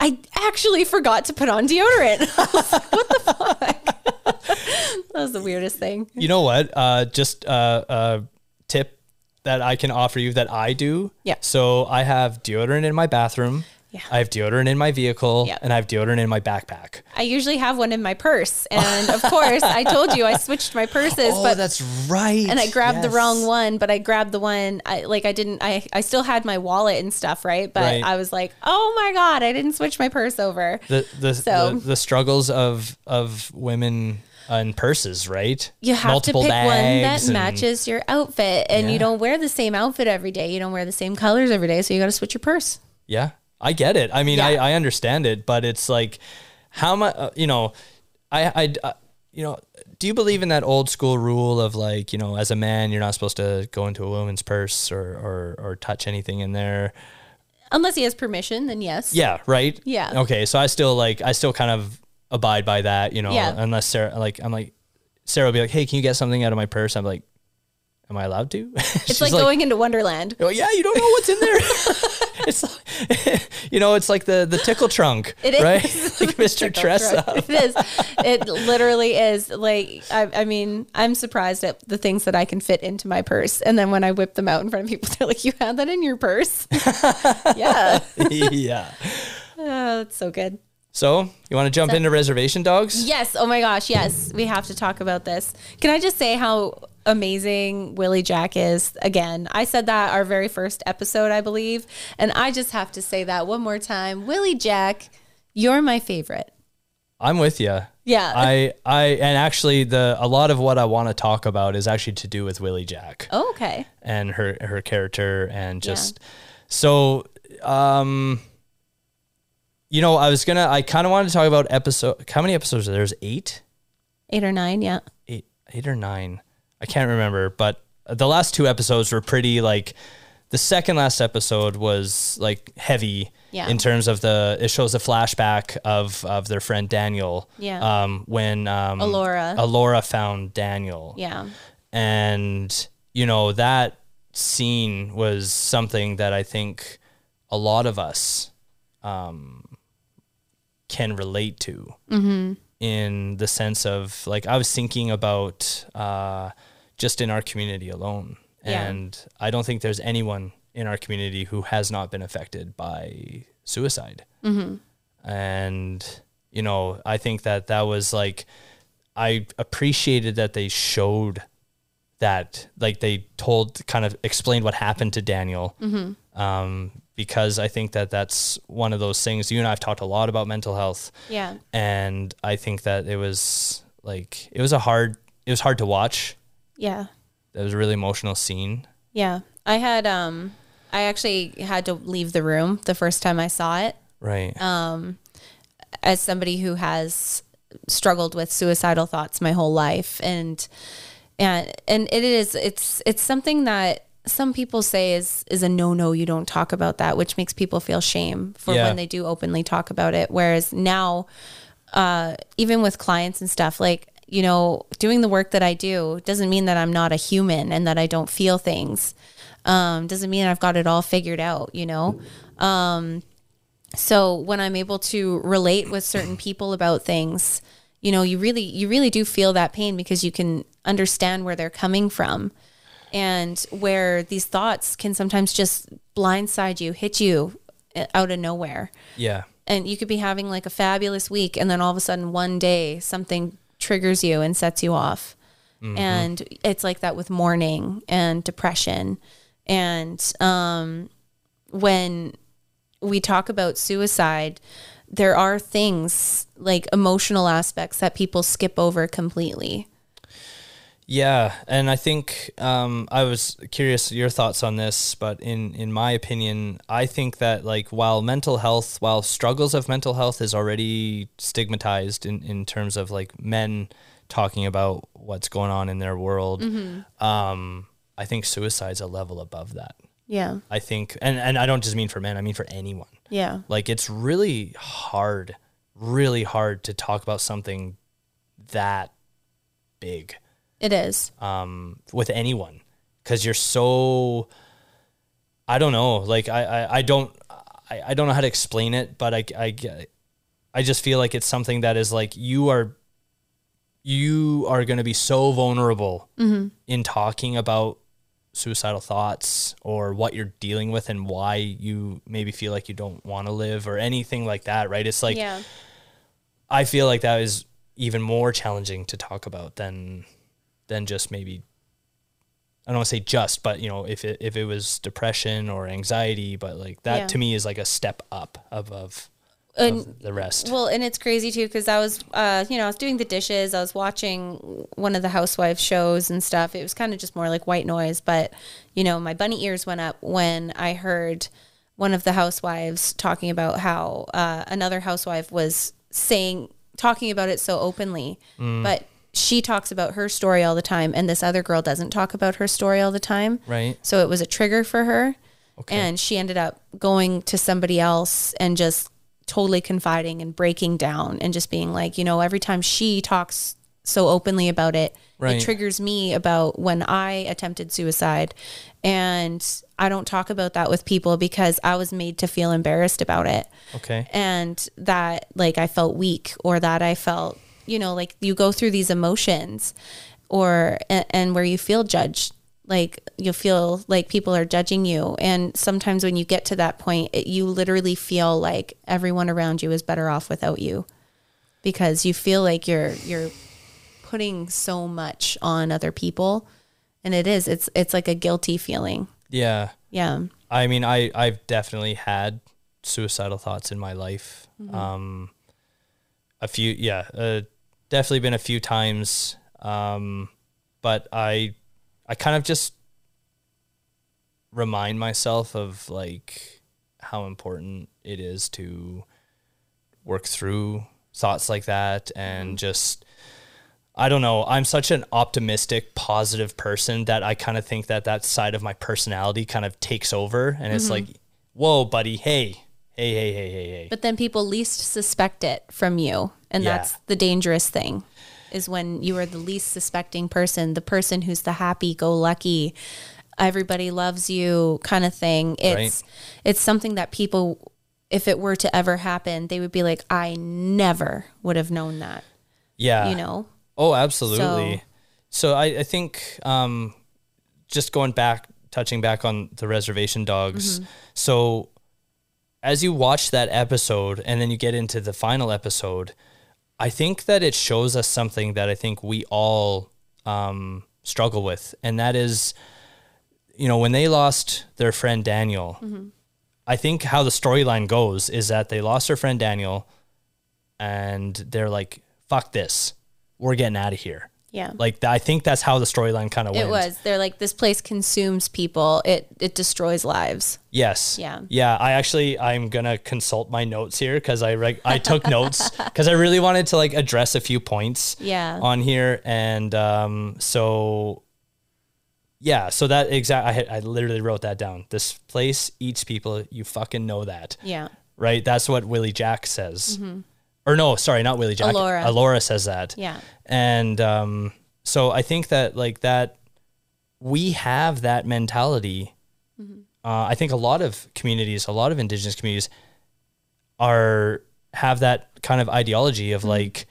[SPEAKER 2] I actually forgot to put on deodorant. [laughs] I was like, what the fuck? [laughs] that was the weirdest thing.
[SPEAKER 1] [laughs] you know what? Uh, just a uh, uh, tip that I can offer you that I do.
[SPEAKER 2] Yeah.
[SPEAKER 1] So I have deodorant in my bathroom.
[SPEAKER 2] Yeah.
[SPEAKER 1] I have deodorant in my vehicle.
[SPEAKER 2] Yeah.
[SPEAKER 1] And I have deodorant in my backpack.
[SPEAKER 2] I usually have one in my purse. And of course, I told you I switched my purses, but
[SPEAKER 1] Oh, that's right.
[SPEAKER 2] and I grabbed the wrong one, but I grabbed the one I like I didn't I I still had my wallet and stuff, right? But
[SPEAKER 1] Right.
[SPEAKER 2] I was like, "Oh my god, I didn't switch my purse over."
[SPEAKER 1] The the,
[SPEAKER 2] So-
[SPEAKER 1] the the struggles of of women and purses, right?
[SPEAKER 2] You have to pick one that
[SPEAKER 1] bags and-
[SPEAKER 2] matches your outfit and
[SPEAKER 1] Yeah.
[SPEAKER 2] you don't wear the same outfit every day. You don't wear the same colors every day, so you got to switch your purse.
[SPEAKER 1] Yeah, I get it. I mean,
[SPEAKER 2] Yeah.
[SPEAKER 1] I, I understand it, but it's like, how much, uh, you know, I, I, uh, you know, do you believe in that old school rule of like, you know, as a man, you're not supposed to go into a woman's purse or, or, or touch anything in there?
[SPEAKER 2] Unless he has permission, then yes.
[SPEAKER 1] Yeah, right?
[SPEAKER 2] Yeah.
[SPEAKER 1] Okay, so I still like, I still kind of abide by that, you know,
[SPEAKER 2] Yeah.
[SPEAKER 1] unless Sarah, like, I'm like, Sarah will be like, hey, can you get something out of my purse? I'm like, am I allowed to? [laughs]
[SPEAKER 2] It's like, going into Wonderland.
[SPEAKER 1] Oh yeah, you don't know what's in there. [laughs] it's like, [laughs] you know, it's like the the tickle trunk,
[SPEAKER 2] [laughs] It is.
[SPEAKER 1] right? Like Mr. Tressa.
[SPEAKER 2] It is. It literally is. Like, I, I mean, I'm surprised at the things that I can fit into my purse. And then when I whip them out in front of people, [laughs] they're like, you had that in
[SPEAKER 1] [laughs]
[SPEAKER 2] your purse? yeah.
[SPEAKER 1] yeah.
[SPEAKER 2] Oh, that's so good.
[SPEAKER 1] So you want to jump into reservation dogs?
[SPEAKER 2] Yes. Oh my gosh. Yes. We have to talk about this. Can I just say how amazing Willie Jack is again? I said that our very first episode, I believe. And I just have to say that one more time. Willie Jack, you're my favorite.
[SPEAKER 1] I'm with you.
[SPEAKER 2] Yeah.
[SPEAKER 1] I I and actually the a lot of what I want to talk about is actually to do with Willie Jack
[SPEAKER 2] oh, okay.
[SPEAKER 1] and her her character and just so um you know I was gonna I kind of wanted to talk about episode how many episodes are there? There's eight.
[SPEAKER 2] Eight or nine. Yeah.
[SPEAKER 1] eight eight or nine. I can't remember, but the last two episodes were pretty like the second last episode was like heavy
[SPEAKER 2] Yeah.
[SPEAKER 1] in terms of the it shows a flashback of of their friend Daniel.
[SPEAKER 2] Yeah.
[SPEAKER 1] Um when um
[SPEAKER 2] Alora.
[SPEAKER 1] Alora found Daniel.
[SPEAKER 2] Yeah.
[SPEAKER 1] And you know, that scene was something that I think a lot of us um can relate to in the sense of like I was thinking about uh, just in our community alone,
[SPEAKER 2] Yeah.
[SPEAKER 1] and I don't think there's anyone in our community who has not been affected by suicide. And you know, I think that that was like I appreciated that they showed that like they told kind of explained what happened to Daniel um, because I think that that's one of those things you and I've talked a lot about mental health
[SPEAKER 2] Yeah.
[SPEAKER 1] and I think that it was like it was a hard it was hard to watch.
[SPEAKER 2] Yeah.
[SPEAKER 1] It was a really emotional scene.
[SPEAKER 2] Yeah. I had um I actually had to leave the room the first time I saw it
[SPEAKER 1] Right.
[SPEAKER 2] as somebody who has struggled with suicidal thoughts my whole life and and and it is it's it's something that some people say is is a no no you don't talk about that which makes people feel shame for
[SPEAKER 1] Yeah.
[SPEAKER 2] when they do openly talk about it whereas now uh even with clients and stuff like you know doing the work that I do doesn't mean that I'm not a human and that I don't feel things um doesn't mean I've got it all figured out you know so when i'm able to relate with certain people about things you know you really you really do feel that pain because you can understand where they're coming from and where these thoughts can sometimes just blindside you hit you uh, out of nowhere
[SPEAKER 1] yeah.
[SPEAKER 2] and you could be having like a fabulous week and then all of a sudden one day something triggers you and sets you off and it's like that with mourning and depression and um, when we talk about suicide there are things like emotional aspects that people skip over completely
[SPEAKER 1] Yeah, and I think um, I was curious your thoughts on this, but in in my opinion, I think that like while mental health, while struggles of mental health is already stigmatized in in terms of like men talking about what's going on in their world, um, I think suicide's a level above that.
[SPEAKER 2] Yeah.
[SPEAKER 1] I think, and and I don't just mean for men; I mean for anyone.
[SPEAKER 2] Yeah.
[SPEAKER 1] Like it's really hard, really hard to talk about something that big
[SPEAKER 2] It is.
[SPEAKER 1] um, with anyone because you're so i don't know like i i, I don't I, I don't know how to explain it but I, I ge- i just feel like it's something that is like you are you are going to be so vulnerable in talking about suicidal thoughts or what you're dealing with and why you maybe feel like you don't want to live or anything like that right it's like
[SPEAKER 2] yeah.
[SPEAKER 1] I feel like that is even more challenging to talk about than than just maybe I don't want to say just, but you know, if it if it was depression or anxiety, but like that
[SPEAKER 2] Yeah.
[SPEAKER 1] to me is like a step up of of,
[SPEAKER 2] And
[SPEAKER 1] of the rest.
[SPEAKER 2] Well, and it's crazy too because I was, uh, you know, I was doing the dishes. I was watching one of the housewife shows and stuff. It was kind of just more like white noise, but you know, my bunny ears went up when I heard one of the housewives talking about how uh, another housewife was saying talking about it so openly, but she talks about her story all the time, and this other girl doesn't talk about her story all the time.
[SPEAKER 1] right?
[SPEAKER 2] So it was a trigger for her.
[SPEAKER 1] Okay.
[SPEAKER 2] And she ended up going to somebody else and just totally confiding and breaking down and just being like, you know, every time she talks so openly about it,
[SPEAKER 1] Right.
[SPEAKER 2] it triggers me about when I attempted suicide. And I don't talk about that with people because I was made to feel embarrassed about it
[SPEAKER 1] Okay.
[SPEAKER 2] and that like I felt weak or that I felt, you know, like you go through these emotions or and, and where you feel judged, like you feel like people are judging you and sometimes when you get to that point, it, you literally feel like everyone around you is better off without you because you feel like you're you're putting so much on other people and it is it's it's like a guilty feeling.
[SPEAKER 1] Yeah.
[SPEAKER 2] Yeah.
[SPEAKER 1] I mean, I I've definitely had suicidal thoughts in my life.
[SPEAKER 2] Mm-hmm.
[SPEAKER 1] Um, a few, yeah, uh, definitely been a few times. Um, but I, I kind of just remind myself of like how important it is to work through thoughts like that
[SPEAKER 2] Mm-hmm.
[SPEAKER 1] and just I don't know. I'm such an optimistic, positive person that I kind of think that that side of my personality kind of takes over, and
[SPEAKER 2] Mm-hmm.
[SPEAKER 1] it's like, whoa, buddy, hey, hey, hey, hey, hey, hey.
[SPEAKER 2] But then people least suspect it from you. And
[SPEAKER 1] Yeah.
[SPEAKER 2] that's the dangerous thing is when you are the least suspecting person, the person who's the happy go lucky, everybody loves you kind of thing. It's it's something that people if it were to ever happen, they would be like, I never would have known that.
[SPEAKER 1] yeah,
[SPEAKER 2] You know?
[SPEAKER 1] Oh, absolutely. So, I, I think um, just going back, touching back on the reservation dogs. So, as you watch that episode and then you get into the final episode, I think that it shows us something that I think we all um, struggle with. And that is, you know, when they lost their friend Daniel,
[SPEAKER 2] Mm-hmm.
[SPEAKER 1] I think how the storyline goes is that they lost their friend Daniel and they're like, fuck this. We're getting out of here.
[SPEAKER 2] Yeah.
[SPEAKER 1] Like, th- I think that's how the storyline kind of went.
[SPEAKER 2] it was. They're like, this place consumes people. It it destroys lives.
[SPEAKER 1] Yes.
[SPEAKER 2] Yeah.
[SPEAKER 1] Yeah. I actually, I'm gonna consult my notes here because I like I took
[SPEAKER 2] [laughs]
[SPEAKER 1] notes because I really wanted to like address a few points.
[SPEAKER 2] Yeah.
[SPEAKER 1] On here, and um, so yeah, so that exact I had, I literally wrote that down. This place eats people. You fucking know that,
[SPEAKER 2] Yeah.
[SPEAKER 1] right? That's what Willie Jack says. Or no, sorry, not Willie Jack.
[SPEAKER 2] Mm-hmm. Alora.
[SPEAKER 1] Alora says that.
[SPEAKER 2] Yeah.
[SPEAKER 1] And um, so I think that like that we have that mentality. Uh, I think a lot of communities, a lot of indigenous communities are have that kind of ideology of like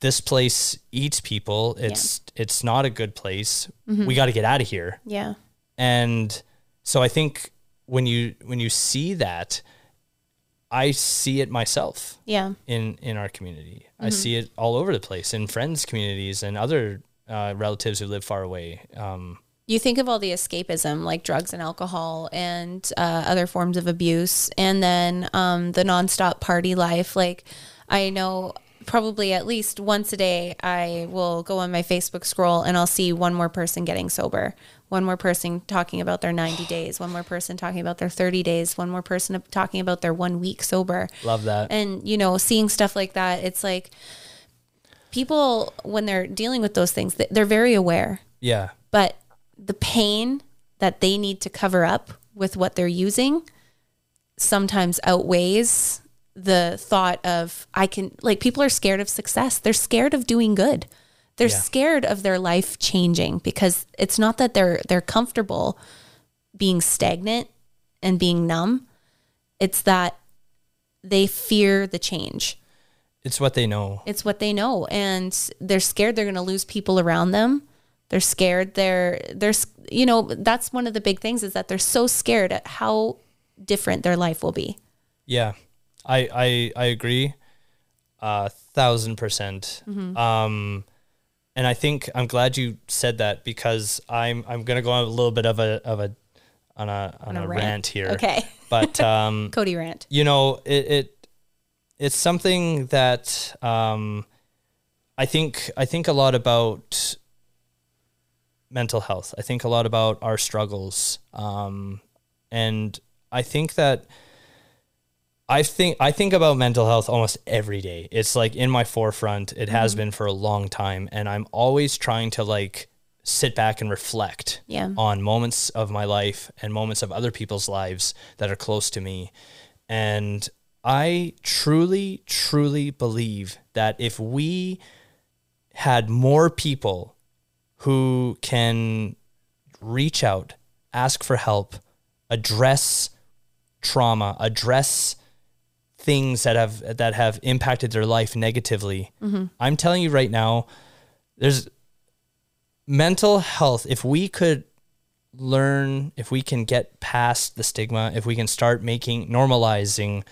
[SPEAKER 1] this place eats people. It's it's not a good place. We got to get out of here
[SPEAKER 2] Yeah.
[SPEAKER 1] and so i think when you when you see that i see it myself
[SPEAKER 2] Yeah.
[SPEAKER 1] in in our community i see it all over the place in friends communities and other uh, relatives who live far away um,
[SPEAKER 2] you think of all the escapism like drugs and alcohol and uh, other forms of abuse and then um, the nonstop party life like i know probably at least once a day, I will go on my Facebook scroll and I'll see one more person getting sober, one more person talking about their 90 days, one more person talking about their 30 days, one more person talking about their one week sober.
[SPEAKER 1] Love that.
[SPEAKER 2] And, you know, seeing stuff like that, it's like people, when they're dealing with those things, th- they're very aware,
[SPEAKER 1] yeah.
[SPEAKER 2] but the pain that they need to cover up with what they're using sometimes outweighs the thought of I can like people are scared of success. They're scared of doing good. They're
[SPEAKER 1] Yeah.
[SPEAKER 2] scared of their life changing because it's not that they're they're comfortable being stagnant and being numb. It's that they fear the change.
[SPEAKER 1] It's what they know.
[SPEAKER 2] It's what they know, and they're scared they're going to lose people around them. They're scared. They're they're s- you know that's one of the big things is that they're so scared at how different their life will be.
[SPEAKER 1] Yeah, I I I agree, a thousand percent. Um, and I think I'm glad you said that because I'm I'm gonna go on a little bit of a of a on a on,
[SPEAKER 2] a
[SPEAKER 1] a,
[SPEAKER 2] rant.
[SPEAKER 1] rant. here.
[SPEAKER 2] Okay, [laughs]
[SPEAKER 1] [laughs] but um,
[SPEAKER 2] Cody Rant.
[SPEAKER 1] you know it, it it's something that um, I think I think a lot about mental health. I think a lot about our struggles, um, and I think that I think I think about mental health almost every day. It's like in my forefront. It has been for a long time, and I'm always trying to like sit back and reflect
[SPEAKER 2] Yeah.
[SPEAKER 1] on moments of my life and moments of other people's lives that are close to me. And I truly, truly believe that if we had more people who can reach out, ask for help, address trauma, address things that have that have impacted their life negatively. I'm telling you right now, there's mental health. If we could learn, if we can get past the stigma, if we can start making normalizing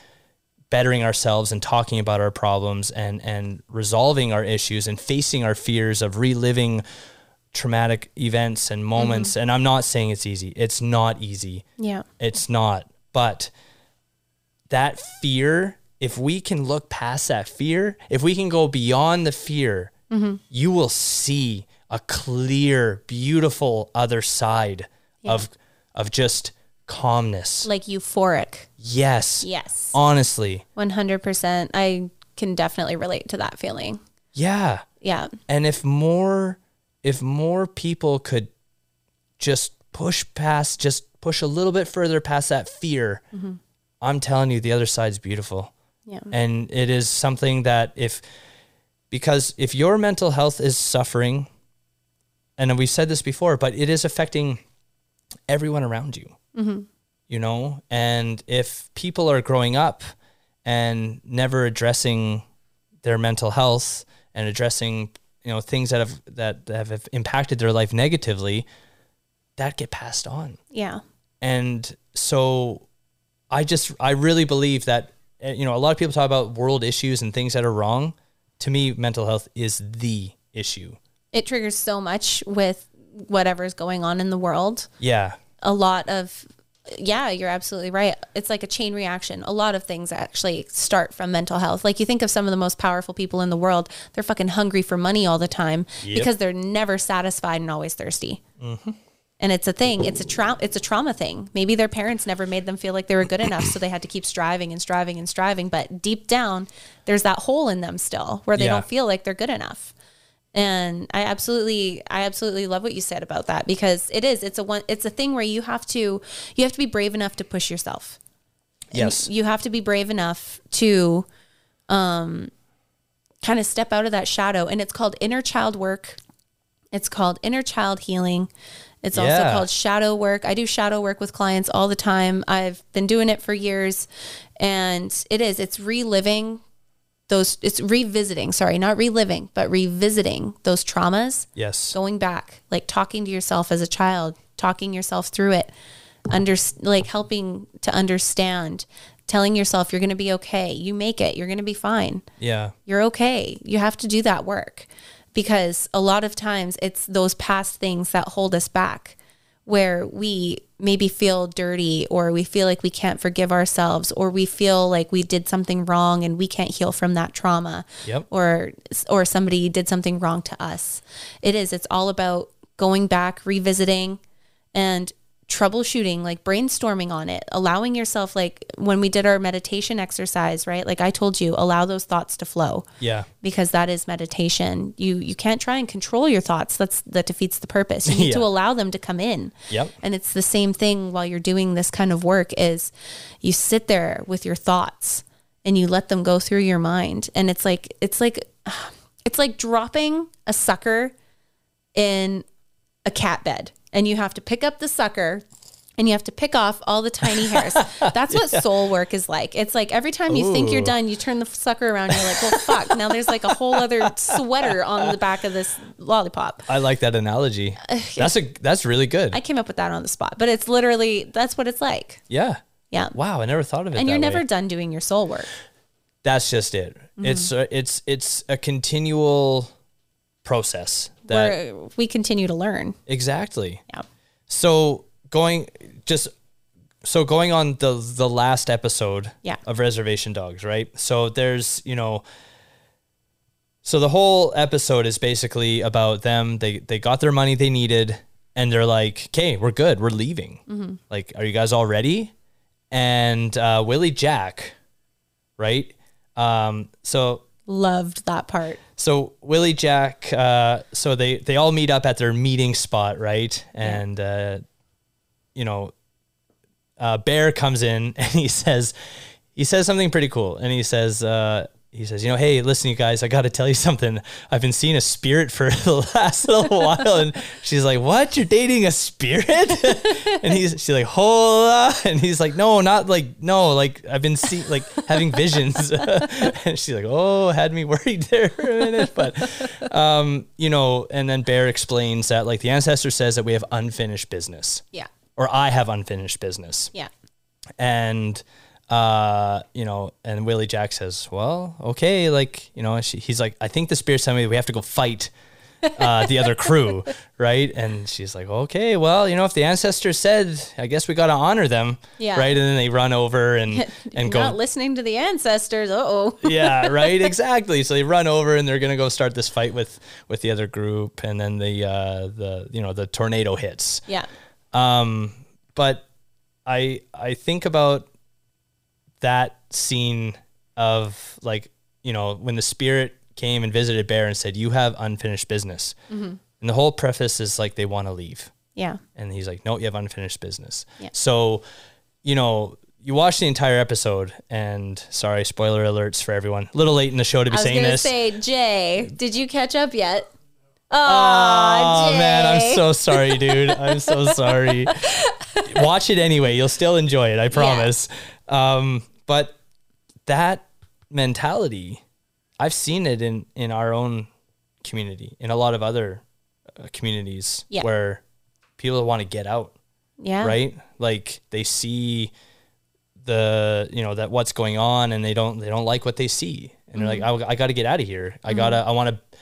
[SPEAKER 1] bettering ourselves and talking about our problems and and resolving our issues and facing our fears of reliving traumatic events and moments and I'm not saying it's easy. It's not easy.
[SPEAKER 2] Yeah.
[SPEAKER 1] It's not. But that fear, if we can look past that fear, if we can go beyond the fear, you will see a clear, beautiful other side of of just calmness.
[SPEAKER 2] Like euphoric.
[SPEAKER 1] yes.
[SPEAKER 2] Yes.
[SPEAKER 1] Honestly.
[SPEAKER 2] 100%. I can definitely relate to that feeling.
[SPEAKER 1] Yeah.
[SPEAKER 2] Yeah.
[SPEAKER 1] And if more if more people could just push past just push a little bit further past that fear, I'm telling you the other side's beautiful.
[SPEAKER 2] Yeah.
[SPEAKER 1] and it is something that if because if your mental health is suffering and we've said this before but it is affecting everyone around you you know and if people are growing up and never addressing their mental health and addressing you know things that have that have impacted their life negatively that get passed on
[SPEAKER 2] Yeah.
[SPEAKER 1] and so i just i really believe that uh, you know a lot of people talk about world issues and things that are wrong to me mental health is the issue
[SPEAKER 2] It triggers so much with whatever's going on in the world.
[SPEAKER 1] yeah
[SPEAKER 2] A lot of, yeah, you're absolutely right. It's like a chain reaction. A lot of things actually start from mental health. Like you think of some of the most powerful people in the world, they're fucking hungry for money all the time
[SPEAKER 1] Yep. Mm-hmm.
[SPEAKER 2] because they're never satisfied and always thirsty. and it's a thing it's a trauma it's a trauma thing maybe their parents never made them feel like they were good enough so they had to keep striving and striving and striving but deep down there's that hole in them still where they
[SPEAKER 1] Yeah.
[SPEAKER 2] don't feel like they're good enough and i absolutely i absolutely love what you said about that because it is it's a one it's a thing where you have to you have to be brave enough to push yourself
[SPEAKER 1] yes
[SPEAKER 2] you have to be brave enough to um kind of step out of that shadow and it's called inner child work it's called inner child healing it's also
[SPEAKER 1] Yeah.
[SPEAKER 2] called shadow work i do shadow work with clients all the time i've been doing it for years and it is it's reliving those it's revisiting sorry not reliving but revisiting those traumas
[SPEAKER 1] yes
[SPEAKER 2] going back, like talking to yourself as a child, talking yourself through it, under like helping to understand, telling yourself you're going to be okay, you make it, you're going to be fine,
[SPEAKER 1] yeah
[SPEAKER 2] you're okay. You have to do that work because a lot of times it's those past things that hold us back. where we maybe feel dirty or we feel like we can't forgive ourselves or we feel like we did something wrong and we can't heal from that trauma
[SPEAKER 1] Yep.
[SPEAKER 2] or or somebody did something wrong to us. It is it's all about going back, revisiting and troubleshooting, like brainstorming on it, allowing yourself like when we did our meditation exercise, right? Like I told you, allow those thoughts to flow
[SPEAKER 1] Yeah.
[SPEAKER 2] because that is meditation. You you can't try and control your thoughts. That's that defeats the purpose. You need to
[SPEAKER 1] Yeah.
[SPEAKER 2] allow them to come in.
[SPEAKER 1] Yep.
[SPEAKER 2] And it's the same thing while you're doing this kind of work is you sit there with your thoughts and you let them go through your mind and it's like it's like [sighs] it's like dropping a sucker in a cat bed and you have to pick up the sucker and you have to pick off all the tiny hairs. That's what soul work is like. It's like every time you think you're
[SPEAKER 1] Ooh.
[SPEAKER 2] done, you turn the sucker around. You're like, well, fuck. Now there's like a whole other sweater on the back of this lollipop.
[SPEAKER 1] I like that
[SPEAKER 2] [laughs]
[SPEAKER 1] analogy. That's a that's really good.
[SPEAKER 2] I came up with that on the spot, but it's literally that's what it's like.
[SPEAKER 1] yeah.
[SPEAKER 2] Yeah.
[SPEAKER 1] Wow, I never thought of it.
[SPEAKER 2] and you're
[SPEAKER 1] that
[SPEAKER 2] never
[SPEAKER 1] way.
[SPEAKER 2] done doing your soul work.
[SPEAKER 1] That's just it. It's a, it's it's a continual process. That
[SPEAKER 2] Where we continue to learn.
[SPEAKER 1] exactly.
[SPEAKER 2] Yeah.
[SPEAKER 1] So going just so going on the the last episode
[SPEAKER 2] Yeah.
[SPEAKER 1] of Reservation Dogs, right? So there's, you know, so the whole episode is basically about them. They they got their money they needed and they're like, "Okay, we're good. We're leaving." Like, "Are you guys all ready?" And uh Willie Jack, right? Um so
[SPEAKER 2] Loved that part.
[SPEAKER 1] so Willie Jack, uh, so they they all meet up at their meeting spot, right? And uh, you know, uh, Bear comes in [laughs] and he says he says something pretty cool, and he says. Uh, he says, "You know, hey, listen, you guys, I got to tell you [laughs] something. I've been seeing a spirit for [laughs] the last little while." And she's like, "What? You're dating a spirit?" [laughs] and he's she's like, "Hola!" And he's like, "No, not like no, like I've been see like having visions." [laughs] and she's like, "Oh, had me worried [laughs] there for a minute, but um, you know." And then Bear explains that like the ancestor says that we have unfinished business,
[SPEAKER 2] Yeah.
[SPEAKER 1] or I have unfinished business
[SPEAKER 2] Yeah.
[SPEAKER 1] and uh, you know, and Willie Jack says, "Well, okay, like you know," she, he's like, "I think the spirit's telling me that we have to go fight uh, the other crew, [laughs] right?" And she's like, "Okay, well, you know, if the ancestors said, I guess we got to honor them,
[SPEAKER 2] Yeah.
[SPEAKER 1] right?" And then they run over
[SPEAKER 2] [laughs]
[SPEAKER 1] and and go,
[SPEAKER 2] Not listening to the ancestors. Uh oh. [laughs]
[SPEAKER 1] yeah, right, exactly. So they run over and they're gonna go start this fight with with the other group, and then the uh, the you know the tornado hits,
[SPEAKER 2] Yeah.
[SPEAKER 1] um, but I I think about that scene of like you know when the spirit came and visited Bear and said, "You have unfinished business,"
[SPEAKER 2] Mm-hmm.
[SPEAKER 1] and the whole preface is like they want to leave,
[SPEAKER 2] Yeah.
[SPEAKER 1] and he's like, "No, you have unfinished business."
[SPEAKER 2] Yeah.
[SPEAKER 1] So, you know. You watch the entire episode, and sorry, spoiler alerts for everyone. A little late in the show to be
[SPEAKER 2] I was
[SPEAKER 1] saying
[SPEAKER 2] gonna
[SPEAKER 1] this.
[SPEAKER 2] say, Jay, did you catch up yet?
[SPEAKER 1] Oh
[SPEAKER 2] Oh,
[SPEAKER 1] man, I'm so sorry, dude. I'm
[SPEAKER 2] [laughs]
[SPEAKER 1] so sorry. Watch it anyway. You'll still enjoy it, I promise. Um, but that mentality, I've seen it in in our own community, in a lot of other uh, communities
[SPEAKER 2] Yeah.
[SPEAKER 1] where people want to get out,
[SPEAKER 2] yeah,
[SPEAKER 1] right? Like they see the you know that what's going on and they don't they don't like what they see and they're like
[SPEAKER 2] Mm-hmm.
[SPEAKER 1] I, I got to get out of here I gotta I want to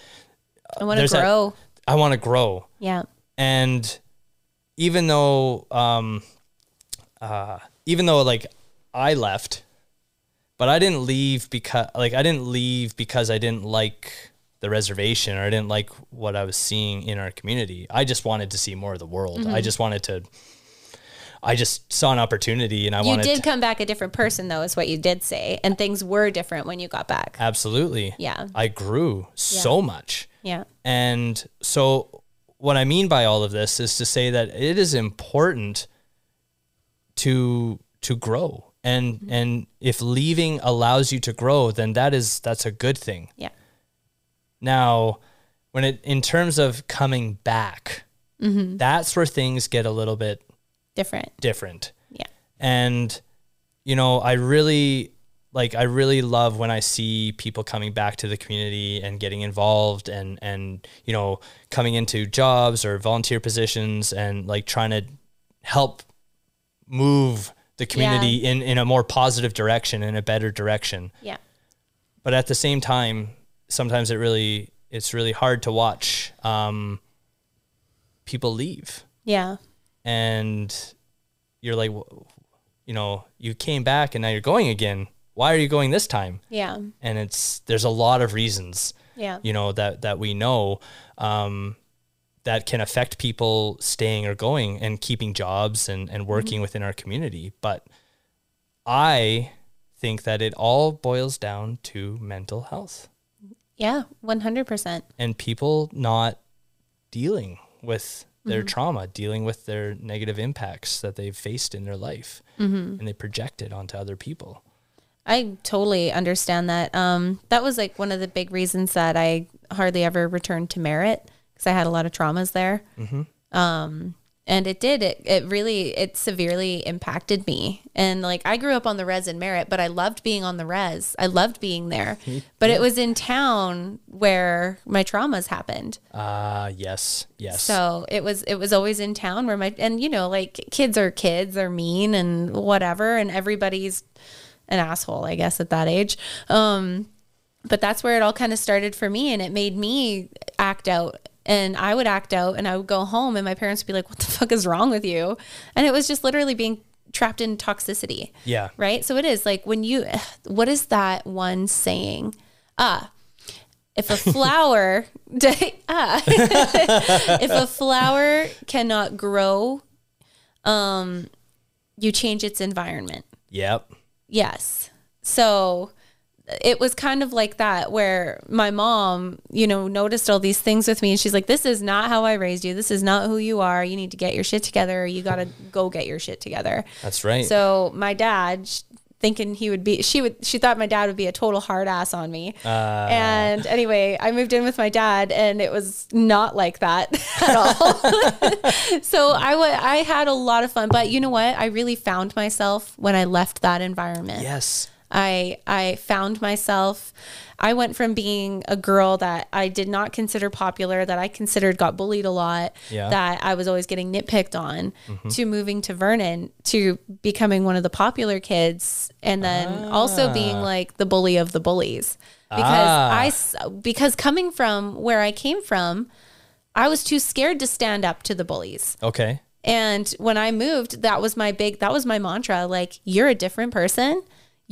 [SPEAKER 2] I want to
[SPEAKER 1] There's that-
[SPEAKER 2] grow.
[SPEAKER 1] I want to grow
[SPEAKER 2] yeah,
[SPEAKER 1] and even though um uh even though like i left but i didn't leave because like i didn't leave because i didn't like the reservation or i didn't like what i was seeing in our community i just wanted to see more of the world i
[SPEAKER 2] Mm-hmm.
[SPEAKER 1] just wanted to i just saw an opportunity and i
[SPEAKER 2] you
[SPEAKER 1] wanted
[SPEAKER 2] did
[SPEAKER 1] to,
[SPEAKER 2] come back a different person, though, is what you did say, and things were different when you got back.
[SPEAKER 1] absolutely
[SPEAKER 2] Yeah.
[SPEAKER 1] i grew so much
[SPEAKER 2] Yeah,
[SPEAKER 1] And so, what I mean by all of this is to say that it is important to to grow, and and if leaving allows you to grow, then that is that's a good thing.
[SPEAKER 2] yeah,
[SPEAKER 1] Now, when it in terms of coming back, that's where things get a little bit
[SPEAKER 2] different.
[SPEAKER 1] different
[SPEAKER 2] Yeah,
[SPEAKER 1] and you know i really like i really love when i see people coming back to the community and getting involved and and you know coming into jobs or volunteer positions and like trying to help move the community in in a more positive direction in a better direction
[SPEAKER 2] yeah,
[SPEAKER 1] but at the same time sometimes it really it's really hard to watch um people leave
[SPEAKER 2] yeah.
[SPEAKER 1] and you're like, "Wh- you know, you came back and now you're going again. Why are you going this time?
[SPEAKER 2] Yeah.
[SPEAKER 1] And it's there's a lot of reasons
[SPEAKER 2] Yeah.
[SPEAKER 1] you know that that we know um, that can affect people staying or going and keeping jobs and and working within our community but i think that it all boils down to mental health
[SPEAKER 2] Yeah. 100%.
[SPEAKER 1] and people not dealing with their
[SPEAKER 2] Mm-hmm.
[SPEAKER 1] trauma dealing with their negative impacts that they've faced in their life
[SPEAKER 2] Mm-hmm.
[SPEAKER 1] and they project it onto other people
[SPEAKER 2] I totally understand that. Um, that was like one of the big reasons that I hardly ever returned to Merritt because I had a lot of traumas there. Um, and it did. It, it really, it severely impacted me. And like, I grew up on the res in Merritt, but I loved being on the res. I loved being there. But it was in town where my traumas happened.
[SPEAKER 1] ah yes yes
[SPEAKER 2] So it was it was always in town where my and you know like kids are kids they're mean and whatever and everybody's an asshole I guess at that age. Um, but that's where it all kind of started for me and it made me act out and I would act out and I would go home and my parents would be like what the fuck is wrong with you? And it was just literally being trapped in toxicity
[SPEAKER 1] yeah
[SPEAKER 2] right? So it is like when you, [sighs] what is that one saying? Ah, if a flower, [laughs] d- ah, [laughs] if a flower cannot grow, um, you change its environment.
[SPEAKER 1] yep
[SPEAKER 2] Yes. So it was kind of like that where my mom, you know, noticed all these things with me and she's like, This is not how I raised you. This is not who you are. You need to get your shit together. You got to go get your shit together.
[SPEAKER 1] that's right
[SPEAKER 2] So my dad, sh- thinking he would be, she would, she thought my dad would be a total hard ass on me. and anyway, I moved in with my dad, and it was not like that [laughs] at all. [laughs] so I wa- I had a lot of fun, but you know what? I really found myself when I left that environment.
[SPEAKER 1] yes
[SPEAKER 2] I I found myself I went from being a girl that I did not consider popular, that I considered got bullied a lot,
[SPEAKER 1] Yeah. Mm-hmm.
[SPEAKER 2] that I was always getting nitpicked on, to moving to Vernon, to becoming one of the popular kids, and then also being like the bully of the bullies because
[SPEAKER 1] Ah.
[SPEAKER 2] I s- because coming from where I came from, I was too scared to stand up to the bullies.
[SPEAKER 1] okay
[SPEAKER 2] And when I moved, that was my big, that was my mantra. Like, you're a different person.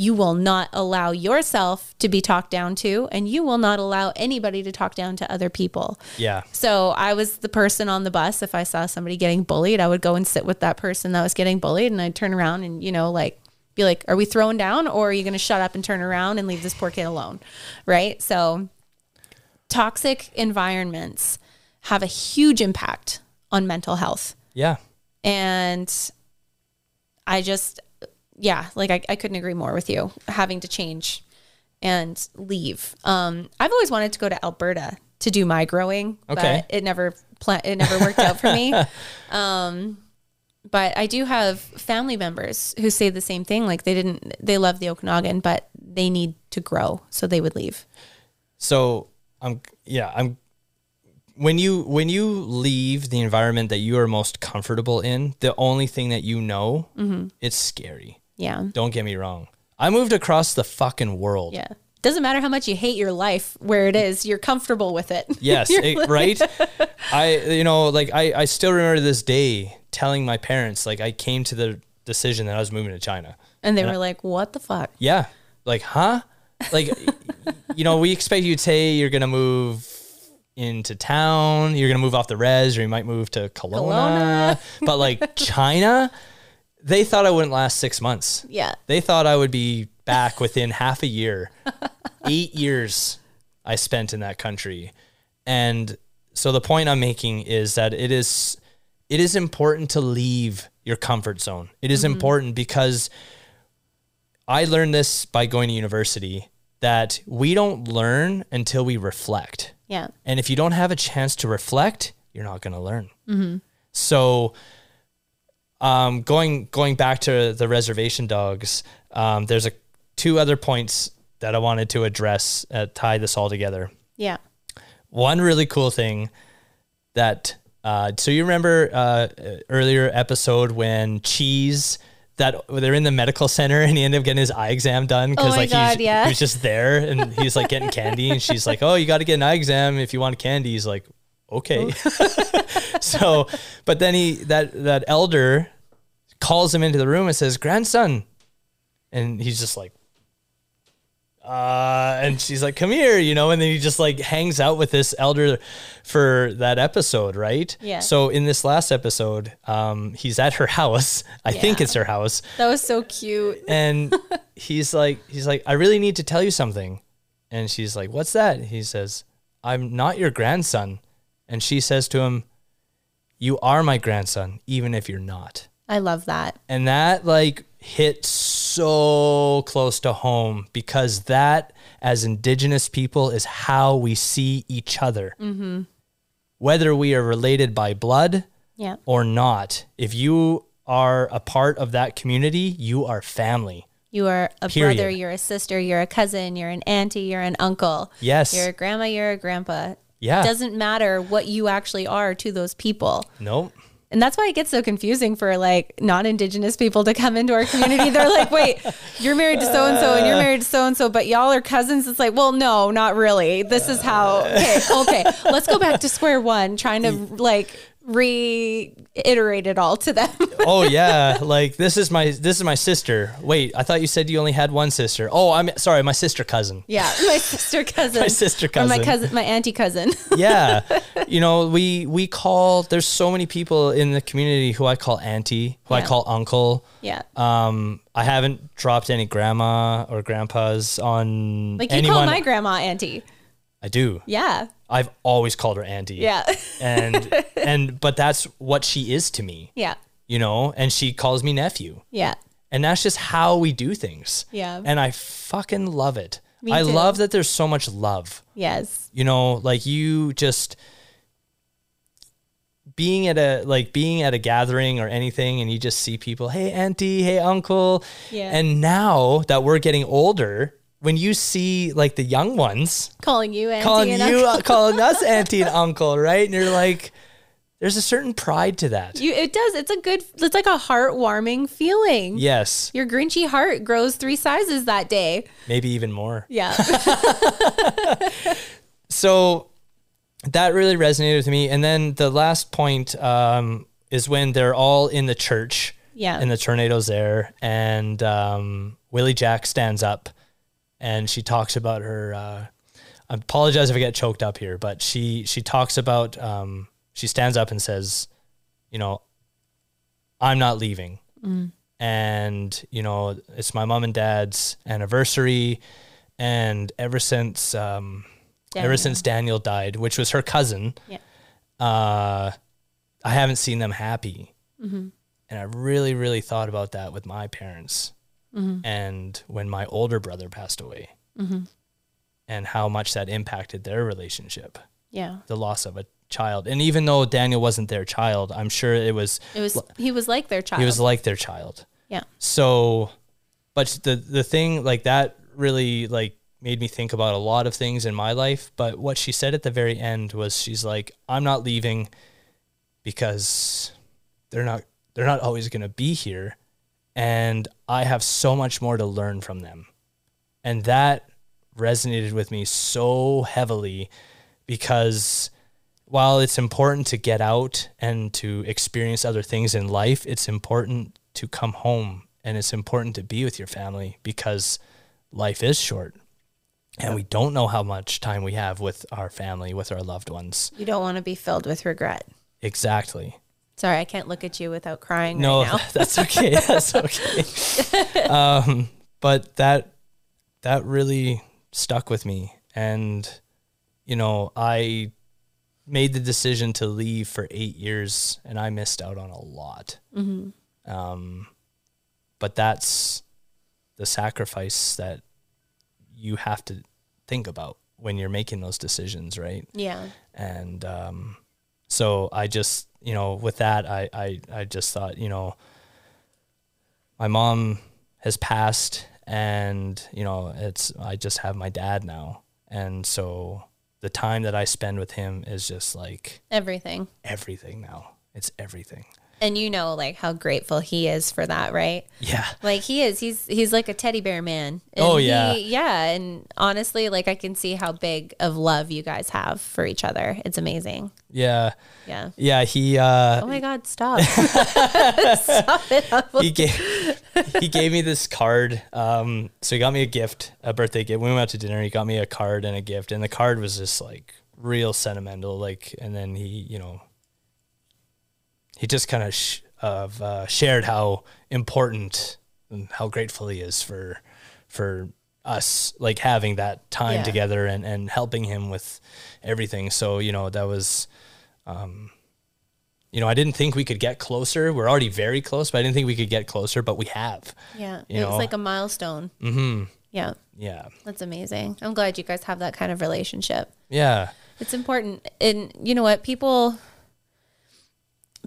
[SPEAKER 2] You will not allow yourself to be talked down to, and you will not allow anybody to talk down to other people.
[SPEAKER 1] yeah
[SPEAKER 2] So I was the person on the bus. If I saw somebody getting bullied, I would go and sit with that person that was getting bullied, and I'd turn around and, you know, like, be like, are we thrown down or are you going to shut up and turn around and leave this poor kid alone? Right. So toxic environments have a huge impact on mental health
[SPEAKER 1] yeah
[SPEAKER 2] and i just yeah like I, I couldn't agree more with you having to change and leave um i've always wanted to go to alberta to do my growing
[SPEAKER 1] Okay.
[SPEAKER 2] but it never pla- it never worked out for me um but i do have family members who say the same thing like they didn't they love the okanagan but they need to grow so they would leave
[SPEAKER 1] So I'm yeah, I'm when you when you leave the environment that you are most comfortable in, the only thing that you know,
[SPEAKER 2] Mm-hmm.
[SPEAKER 1] it's scary.
[SPEAKER 2] yeah
[SPEAKER 1] Don't get me wrong. I moved across the fucking world.
[SPEAKER 2] yeah doesn't matter how much you hate your life where it is you're comfortable with it
[SPEAKER 1] Yes, it- right? I you know, like I I still remember to this day telling my parents like I came to the decision that I was moving to China.
[SPEAKER 2] and they were like what the fuck
[SPEAKER 1] Yeah. Like, huh? Like, you know, we expect you to say you're going to move into town, you're going to move off the res, or you might move to Kelowna. [laughs] But like China, they thought I wouldn't last six months.
[SPEAKER 2] Yeah.
[SPEAKER 1] They thought I would be back within half a year. Eight years I spent in that country. And so the point I'm making is that it is it is important to leave your comfort zone. It is important because I learned this by going to university that we don't learn until we reflect.
[SPEAKER 2] Yeah.
[SPEAKER 1] And if you don't have a chance to reflect, you're not going to learn. So, um, going going back to the reservation dogs, um, there's a two other points that I wanted to address uh, tie this all together.
[SPEAKER 2] Yeah.
[SPEAKER 1] One really cool thing that uh, so you remember uh, earlier episode when cheese that they're in the medical center and he ended up getting his eye exam done
[SPEAKER 2] Oh my
[SPEAKER 1] like
[SPEAKER 2] God,
[SPEAKER 1] he's,
[SPEAKER 2] yeah.
[SPEAKER 1] he was just there and he's like getting candy and she's like oh you got to get an eye exam if you want candy he's like okay. [laughs] so, but then he that that elder calls him into the room and says, "Grandson," and he's just like, uh, and she's like, "Come here," you know, and then he just like hangs out with this elder for that episode, right?
[SPEAKER 2] Yeah.
[SPEAKER 1] So in this last episode, um, he's at her house. I think
[SPEAKER 2] Yeah.
[SPEAKER 1] it's her house,
[SPEAKER 2] That was so cute.
[SPEAKER 1] and [laughs] he's like he's like i really need to tell you something and she's like what's that And he says i'm not your grandson and she says to him you are my grandson even if you're not
[SPEAKER 2] I love that.
[SPEAKER 1] and that like hit so close to home because that as indigenous people is how we see each other mm-hmm. whether we are related by blood
[SPEAKER 2] Yeah.
[SPEAKER 1] or not if you are a part of that community you are family
[SPEAKER 2] You are a
[SPEAKER 1] Period.
[SPEAKER 2] brother, you're a sister, you're a cousin, you're an auntie, you're an uncle.
[SPEAKER 1] yes
[SPEAKER 2] You're a grandma, you're a grandpa.
[SPEAKER 1] Yeah.
[SPEAKER 2] It doesn't matter what you actually are to those people.
[SPEAKER 1] Nope.
[SPEAKER 2] And that's why it gets so confusing for like non indigenous people to come into our community.
[SPEAKER 1] [laughs]
[SPEAKER 2] They're like, wait, you're married to so and so and
[SPEAKER 1] Uh.
[SPEAKER 2] you're married to so and so, but y'all are cousins. It's like, well, no, not really. This is
[SPEAKER 1] Uh.
[SPEAKER 2] how, [laughs] okay, okay. Let's go back to square one, trying
[SPEAKER 1] [laughs]
[SPEAKER 2] to like reiterate it all
[SPEAKER 1] [laughs]
[SPEAKER 2] to them.
[SPEAKER 1] Oh yeah, like this is my this is my sister. Wait, I thought you said you only had one sister. Oh, I'm sorry, my sister cousin.
[SPEAKER 2] yeah. [laughs] My sister cousin.
[SPEAKER 1] My sister
[SPEAKER 2] Or my
[SPEAKER 1] cousin.
[SPEAKER 2] cousin, my auntie cousin. [laughs]
[SPEAKER 1] Yeah. you know, we we call there's so many people in the community who I call auntie, who I
[SPEAKER 2] Yeah.
[SPEAKER 1] call uncle.
[SPEAKER 2] yeah.
[SPEAKER 1] Um I haven't dropped any grandma or grandpas on
[SPEAKER 2] Like you
[SPEAKER 1] anyone.
[SPEAKER 2] call my grandma auntie.
[SPEAKER 1] I do.
[SPEAKER 2] Yeah.
[SPEAKER 1] I've always called her auntie.
[SPEAKER 2] Yeah. [laughs]
[SPEAKER 1] And and but that's what she is to me,
[SPEAKER 2] yeah.
[SPEAKER 1] you know, and she calls me nephew.
[SPEAKER 2] Yeah.
[SPEAKER 1] And that's just how we do things.
[SPEAKER 2] Yeah.
[SPEAKER 1] And I fucking love it.
[SPEAKER 2] Me
[SPEAKER 1] I
[SPEAKER 2] too.
[SPEAKER 1] love that there's so much love.
[SPEAKER 2] Yes.
[SPEAKER 1] You know, like you just being at a like being at a gathering or anything and you just see people, "Hey auntie, hey uncle."
[SPEAKER 2] Yeah.
[SPEAKER 1] And now that we're getting older, when you see like the young ones
[SPEAKER 2] Calling you auntie
[SPEAKER 1] calling
[SPEAKER 2] and
[SPEAKER 1] you
[SPEAKER 2] uncle.
[SPEAKER 1] [laughs] calling
[SPEAKER 2] [laughs]
[SPEAKER 1] us auntie and uncle, right? And you're like there's a certain pride to that.
[SPEAKER 2] You, it does. It's a good. It's like a heartwarming feeling.
[SPEAKER 1] Yes,
[SPEAKER 2] Your Grinchy heart grows three sizes that day.
[SPEAKER 1] maybe even more. [laughs]
[SPEAKER 2] Yeah.
[SPEAKER 1] so that really resonated with me. And then the last point um, is when they're all in the church.
[SPEAKER 2] Yeah.
[SPEAKER 1] And the tornado's there, and um, Willie Jack stands up, and she talks about her. Uh, I apologize if I get choked up here, but she she talks about. Um, she stands up and says, "You know, I'm not leaving." and you know it's my mom and dad's anniversary and ever since um ever
[SPEAKER 2] Daniel.
[SPEAKER 1] since daniel died which was her cousin
[SPEAKER 2] Yeah.
[SPEAKER 1] uh i haven't seen them happy
[SPEAKER 2] Mm-hmm.
[SPEAKER 1] and i really really thought about that with my parents
[SPEAKER 2] Mm-hmm.
[SPEAKER 1] and when my older brother passed away and how much that impacted their relationship
[SPEAKER 2] yeah.
[SPEAKER 1] the loss of a child and even though daniel wasn't their child i'm sure it was
[SPEAKER 2] It was. He was like their child.
[SPEAKER 1] he was like their child
[SPEAKER 2] yeah.
[SPEAKER 1] so but the the thing like that really like made me think about a lot of things in my life but what she said at the very end was she's like i'm not leaving because they're not they're not always going to be here and i have so much more to learn from them and that resonated with me so heavily because while it's important to get out and to experience other things in life, it's important to come home and it's important to be with your family because life is short and we don't know how much time we have with our family, with our loved ones.
[SPEAKER 2] You don't want to be filled with regret.
[SPEAKER 1] Exactly.
[SPEAKER 2] Sorry, I can't look at you without crying
[SPEAKER 1] No,
[SPEAKER 2] right now.
[SPEAKER 1] [laughs] that's okay. That's okay.
[SPEAKER 2] [laughs]
[SPEAKER 1] um, but that that really stuck with me, and you know, I made the decision to leave for eight years, and I missed out on a lot. Um,
[SPEAKER 2] Mm-hmm.
[SPEAKER 1] but that's the sacrifice that you have to think about when you're making those decisions, right?
[SPEAKER 2] Yeah.
[SPEAKER 1] and um, so I just you know with that I, I I just thought you know my mom has passed and you know it's I just have my dad now and so the time that I spend with him is just like
[SPEAKER 2] Everything.
[SPEAKER 1] everything now it's everything
[SPEAKER 2] And you know like how grateful he is for that, right?
[SPEAKER 1] Yeah.
[SPEAKER 2] Like he is. He's he's like a teddy bear man. And
[SPEAKER 1] Oh, yeah.
[SPEAKER 2] he- yeah. And honestly, like I can see how big of love you guys have for each other. It's amazing.
[SPEAKER 1] Yeah.
[SPEAKER 2] Yeah.
[SPEAKER 1] Yeah. He, uh,
[SPEAKER 2] Oh my
[SPEAKER 1] [laughs]
[SPEAKER 2] God! Stop. stop it. [laughs] Apple.
[SPEAKER 1] he gave he gave me this card. Um, so he got me a gift, a birthday gift. We went out to dinner. He got me a card and a gift, and the card was just like real sentimental. Like, and then he, you know, he just kind of sh- of uh, shared how important and how grateful he is for for us like having that time
[SPEAKER 2] Yeah.
[SPEAKER 1] together and and helping him with everything. So you know that was um, you know, I didn't think we could get closer. We're already very close, but I didn't think we could get closer, but we have.
[SPEAKER 2] Yeah.
[SPEAKER 1] You
[SPEAKER 2] It was
[SPEAKER 1] know.
[SPEAKER 2] like a milestone. Mm-hmm. Yeah.
[SPEAKER 1] Yeah.
[SPEAKER 2] That's amazing. I'm glad you guys have that kind of relationship.
[SPEAKER 1] Yeah.
[SPEAKER 2] It's important. And you know what? People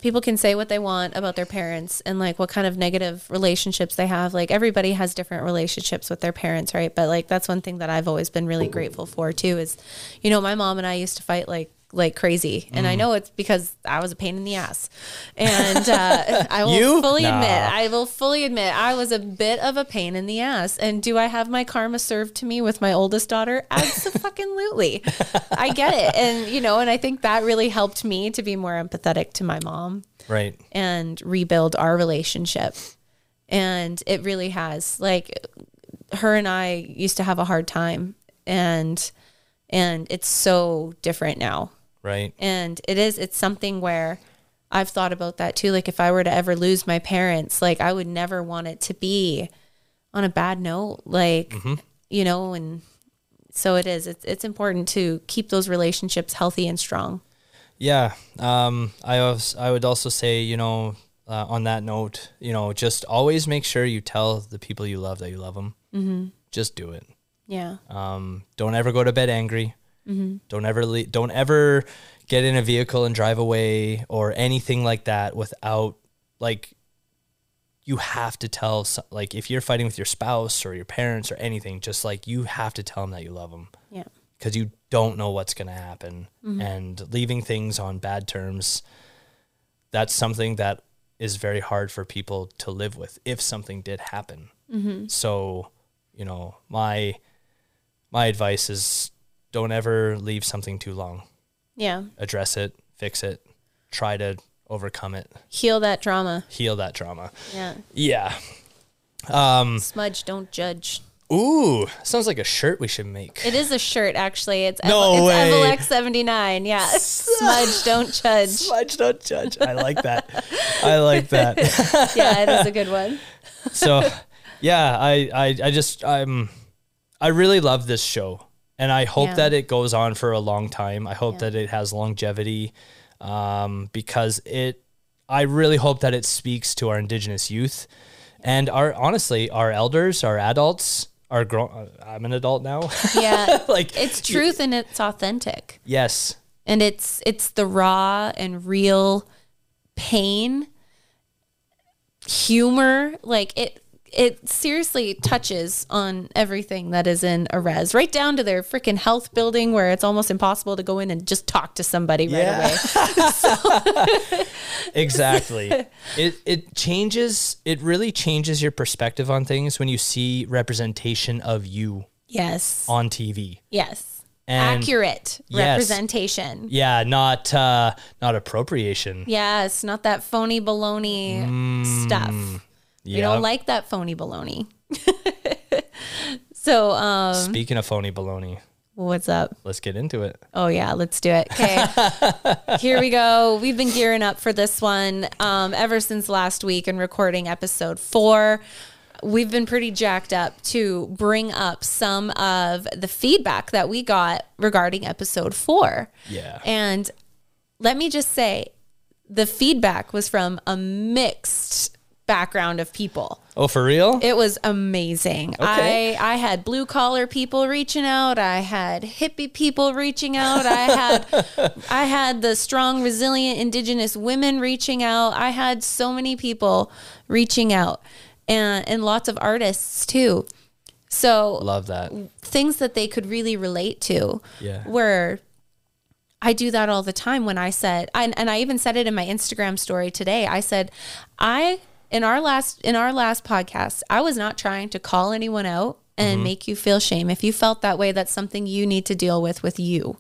[SPEAKER 2] people can say what they want about their parents and like what kind of negative relationships they have. Like everybody has different relationships with their parents, right? But like that's one thing that I've always been
[SPEAKER 1] Mm-hmm.
[SPEAKER 2] really grateful for too is you know, my mom and I used to fight like like crazy.
[SPEAKER 1] Mm-hmm.
[SPEAKER 2] And I know it's because I was a pain in the ass. And uh, [laughs] I will
[SPEAKER 1] You?
[SPEAKER 2] fully
[SPEAKER 1] Nah.
[SPEAKER 2] admit I will fully admit I was a bit of a pain in the ass. And do I have my karma served to me with my oldest daughter? Absolutely. I get it. And, you know, and I think that really helped me to be more empathetic to my mom
[SPEAKER 1] Right.
[SPEAKER 2] and rebuild our relationship. And it really has. Like her and I used to have a hard time and and it's so different now.
[SPEAKER 1] Right.
[SPEAKER 2] And it is, it's something where I've thought about that too. Like if I were to ever lose my parents, like I would never want it to be on a bad note. Like,
[SPEAKER 1] Mm-hmm.
[SPEAKER 2] you know, and so it is, it's, it's important to keep those relationships healthy and strong.
[SPEAKER 1] Yeah. Um, I was, I would also say, you know, uh, on that note, you know, just always make sure you tell the people you love that you love them. Mm-hmm. Just do it.
[SPEAKER 2] Yeah.
[SPEAKER 1] Um, don't ever go to bed angry. Don't ever le- don't ever get in a vehicle and drive away or anything like that without like you have to tell so- like if you're fighting with your spouse or your parents or anything just like you have to tell them that you love them
[SPEAKER 2] Yeah.
[SPEAKER 1] because you don't know what's going to happen and leaving things on bad terms that's something that is very hard for people to live with if something did happen so you know my my advice is don't ever leave something too long
[SPEAKER 2] Yeah.
[SPEAKER 1] address it fix it try to overcome it
[SPEAKER 2] Heal that drama.
[SPEAKER 1] heal that trauma
[SPEAKER 2] Yeah.
[SPEAKER 1] yeah Mm.
[SPEAKER 2] Smudge, don't judge.
[SPEAKER 1] ooh sounds like a shirt we should make [laughs]
[SPEAKER 2] It is a shirt, actually. It's
[SPEAKER 1] No
[SPEAKER 2] no
[SPEAKER 1] way.
[SPEAKER 2] it's
[SPEAKER 1] [laughs]
[SPEAKER 2] MLX79. Yeah. Smudge, don't judge.
[SPEAKER 1] Smudge, don't judge. I like that. I like that.
[SPEAKER 2] Yeah, it is a good one.
[SPEAKER 1] so yeah I, I i just i'm i really love this show and i hope
[SPEAKER 2] Yeah.
[SPEAKER 1] that it goes on for a long time i hope
[SPEAKER 2] Yeah.
[SPEAKER 1] that it has longevity um, because it i really hope that it speaks to our indigenous youth and our honestly our elders our adults our grown i'm an adult now [laughs]
[SPEAKER 2] Yeah.
[SPEAKER 1] like
[SPEAKER 2] It's truth and it's authentic.
[SPEAKER 1] yes
[SPEAKER 2] and it's it's the raw and real pain humor like it it seriously touches on everything that is in a res right down to their freaking health building where it's almost impossible to go in and just talk to somebody
[SPEAKER 1] Yeah. [laughs]
[SPEAKER 2] right away
[SPEAKER 1] exactly it it changes it really changes your perspective on things when you see representation of you
[SPEAKER 2] yes
[SPEAKER 1] on tv
[SPEAKER 2] yes
[SPEAKER 1] And-
[SPEAKER 2] accurate
[SPEAKER 1] Yes.
[SPEAKER 2] representation
[SPEAKER 1] Yeah, not uh not appropriation.
[SPEAKER 2] yes not that phony baloney
[SPEAKER 1] Mm.
[SPEAKER 2] stuff we
[SPEAKER 1] Yeah.
[SPEAKER 2] don't like that phony baloney [laughs] so um
[SPEAKER 1] Speaking of phony baloney,
[SPEAKER 2] what's up
[SPEAKER 1] let's get into it.
[SPEAKER 2] Oh yeah, let's do it. Okay. Here we go. We've been gearing up for this one um, ever since last week and recording episode four. We've been pretty jacked up to bring up some of the feedback that we got regarding episode four.
[SPEAKER 1] Yeah.
[SPEAKER 2] And let me just say the feedback was from a mixed background of people.
[SPEAKER 1] Oh, for real?
[SPEAKER 2] It was amazing.
[SPEAKER 1] Okay.
[SPEAKER 2] I I had blue collar people reaching out. I had hippie people reaching out. I had I had the strong, resilient indigenous women reaching out. I had so many people reaching out and and lots of artists too. So
[SPEAKER 1] Love that.
[SPEAKER 2] things that they could really relate to
[SPEAKER 1] Yeah.
[SPEAKER 2] were I do that all the time when I said, and, and I even said it in my Instagram story today. I said, I in our last in our last podcast, I was not trying to call anyone out and make you feel shame. If you felt that way, that's something you need to deal with with you.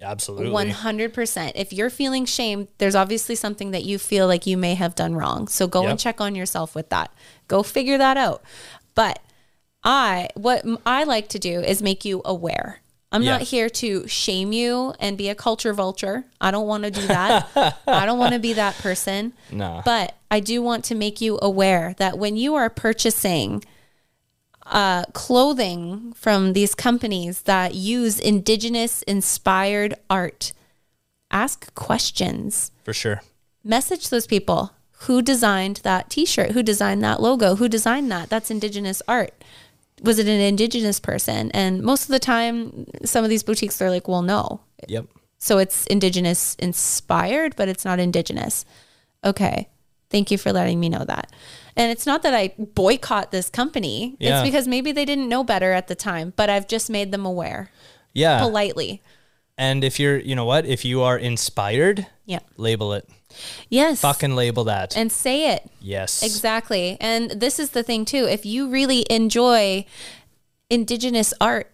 [SPEAKER 1] Absolutely.
[SPEAKER 2] One hundred percent. If you're feeling shame, there's obviously something that you feel like you may have done wrong. So go
[SPEAKER 1] Yep.
[SPEAKER 2] and check on yourself with that. Go figure that out. But I, what m- I like to do is make you aware. I'm not
[SPEAKER 1] Yeah.
[SPEAKER 2] here to shame you and be a culture vulture. I don't want to do that. I don't want to be that person.
[SPEAKER 1] [laughs] Nah.
[SPEAKER 2] But I do want to make you aware that when you are purchasing uh, clothing from these companies that use indigenous inspired art, ask questions.
[SPEAKER 1] for sure.
[SPEAKER 2] Message those people who designed that t shirt, who designed that logo, who designed that. That's indigenous art. Was it an indigenous person? And most of the time, some of these boutiques, they're like, well, no,
[SPEAKER 1] Yep.
[SPEAKER 2] so it's indigenous inspired, but it's not indigenous. Okay. Thank you for letting me know that. And it's not that I boycott this company.
[SPEAKER 1] Yeah.
[SPEAKER 2] It's because maybe they didn't know better at the time, but I've just made them aware
[SPEAKER 1] Yeah.
[SPEAKER 2] politely.
[SPEAKER 1] And if you're, you know what? If you are inspired,
[SPEAKER 2] Yeah.
[SPEAKER 1] label it.
[SPEAKER 2] Yes.
[SPEAKER 1] Fucking label that.
[SPEAKER 2] and say it.
[SPEAKER 1] yes.
[SPEAKER 2] Exactly. And this is the thing too. If you really enjoy indigenous art,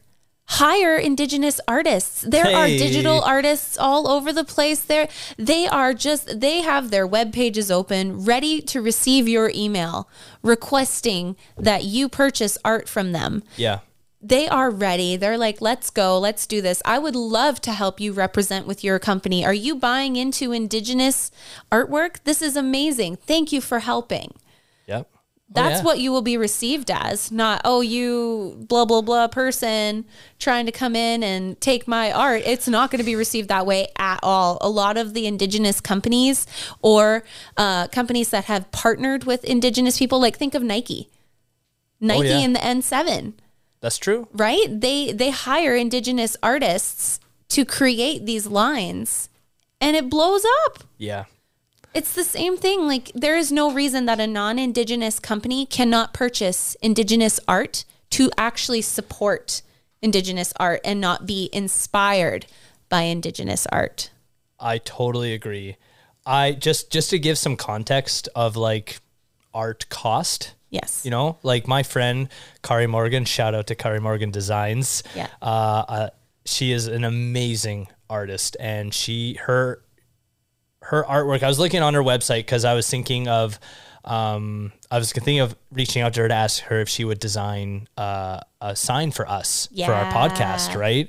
[SPEAKER 2] hire indigenous artists. There are
[SPEAKER 1] Hey.
[SPEAKER 2] digital artists all over the place. There they are just they have their web pages open, ready to receive your email requesting that you purchase art from them
[SPEAKER 1] Yeah.
[SPEAKER 2] they are ready. They're like, let's go, let's do this. I would love to help you represent with your company. Are you buying into indigenous artwork? This is amazing. Thank you for helping.
[SPEAKER 1] Yep. Oh,
[SPEAKER 2] That's
[SPEAKER 1] yeah.
[SPEAKER 2] what you will be received as, not, oh, you blah, blah, blah person trying to come in and take my art. It's not going to be received that way at all. A lot of the indigenous companies or uh, companies that have partnered with indigenous people, like think of Nike, Nike
[SPEAKER 1] Oh, yeah.
[SPEAKER 2] and the N7
[SPEAKER 1] That's true.
[SPEAKER 2] right they they hire indigenous artists to create these lines and it blows up
[SPEAKER 1] Yeah.
[SPEAKER 2] it's the same thing like there is no reason that a non-indigenous company cannot purchase indigenous art to actually support indigenous art and not be inspired by indigenous art
[SPEAKER 1] I totally agree. I just just to give some context of like art cost.
[SPEAKER 2] yes
[SPEAKER 1] You know, like my friend Kari Morgan, shout out to Kari Morgan Designs.
[SPEAKER 2] Yeah.
[SPEAKER 1] Uh, uh, she is an amazing artist, and she her her artwork. I was looking on her website because I was thinking of, um, I was thinking of reaching out to her to ask her if she would design uh, a sign for us for our podcast,
[SPEAKER 2] Yeah.
[SPEAKER 1] right?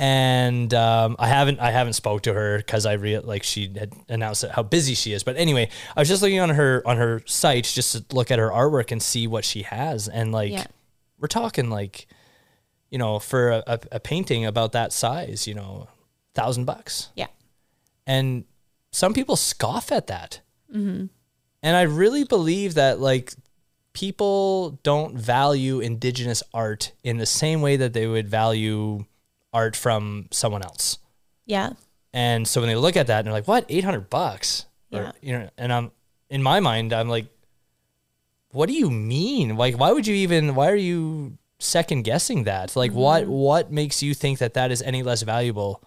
[SPEAKER 1] And um, I haven't I haven't spoke to her because I re- like she had announced how busy she is. But anyway, I was just looking on her on her site just to look at her artwork and see what she has, and like
[SPEAKER 2] Yeah.
[SPEAKER 1] we're talking like, you know, for a, a, a painting about that size, you know, thousand bucks
[SPEAKER 2] yeah
[SPEAKER 1] and some people scoff at that and i really believe that like people don't value indigenous art in the same way that they would value art from someone else
[SPEAKER 2] yeah
[SPEAKER 1] and so when they look at that and they're like what 800 bucks
[SPEAKER 2] Yeah.
[SPEAKER 1] or, you know and i'm in my mind i'm like what do you mean like why would you even why are you second guessing that like
[SPEAKER 2] Mm-hmm.
[SPEAKER 1] what what makes you think that that is any less valuable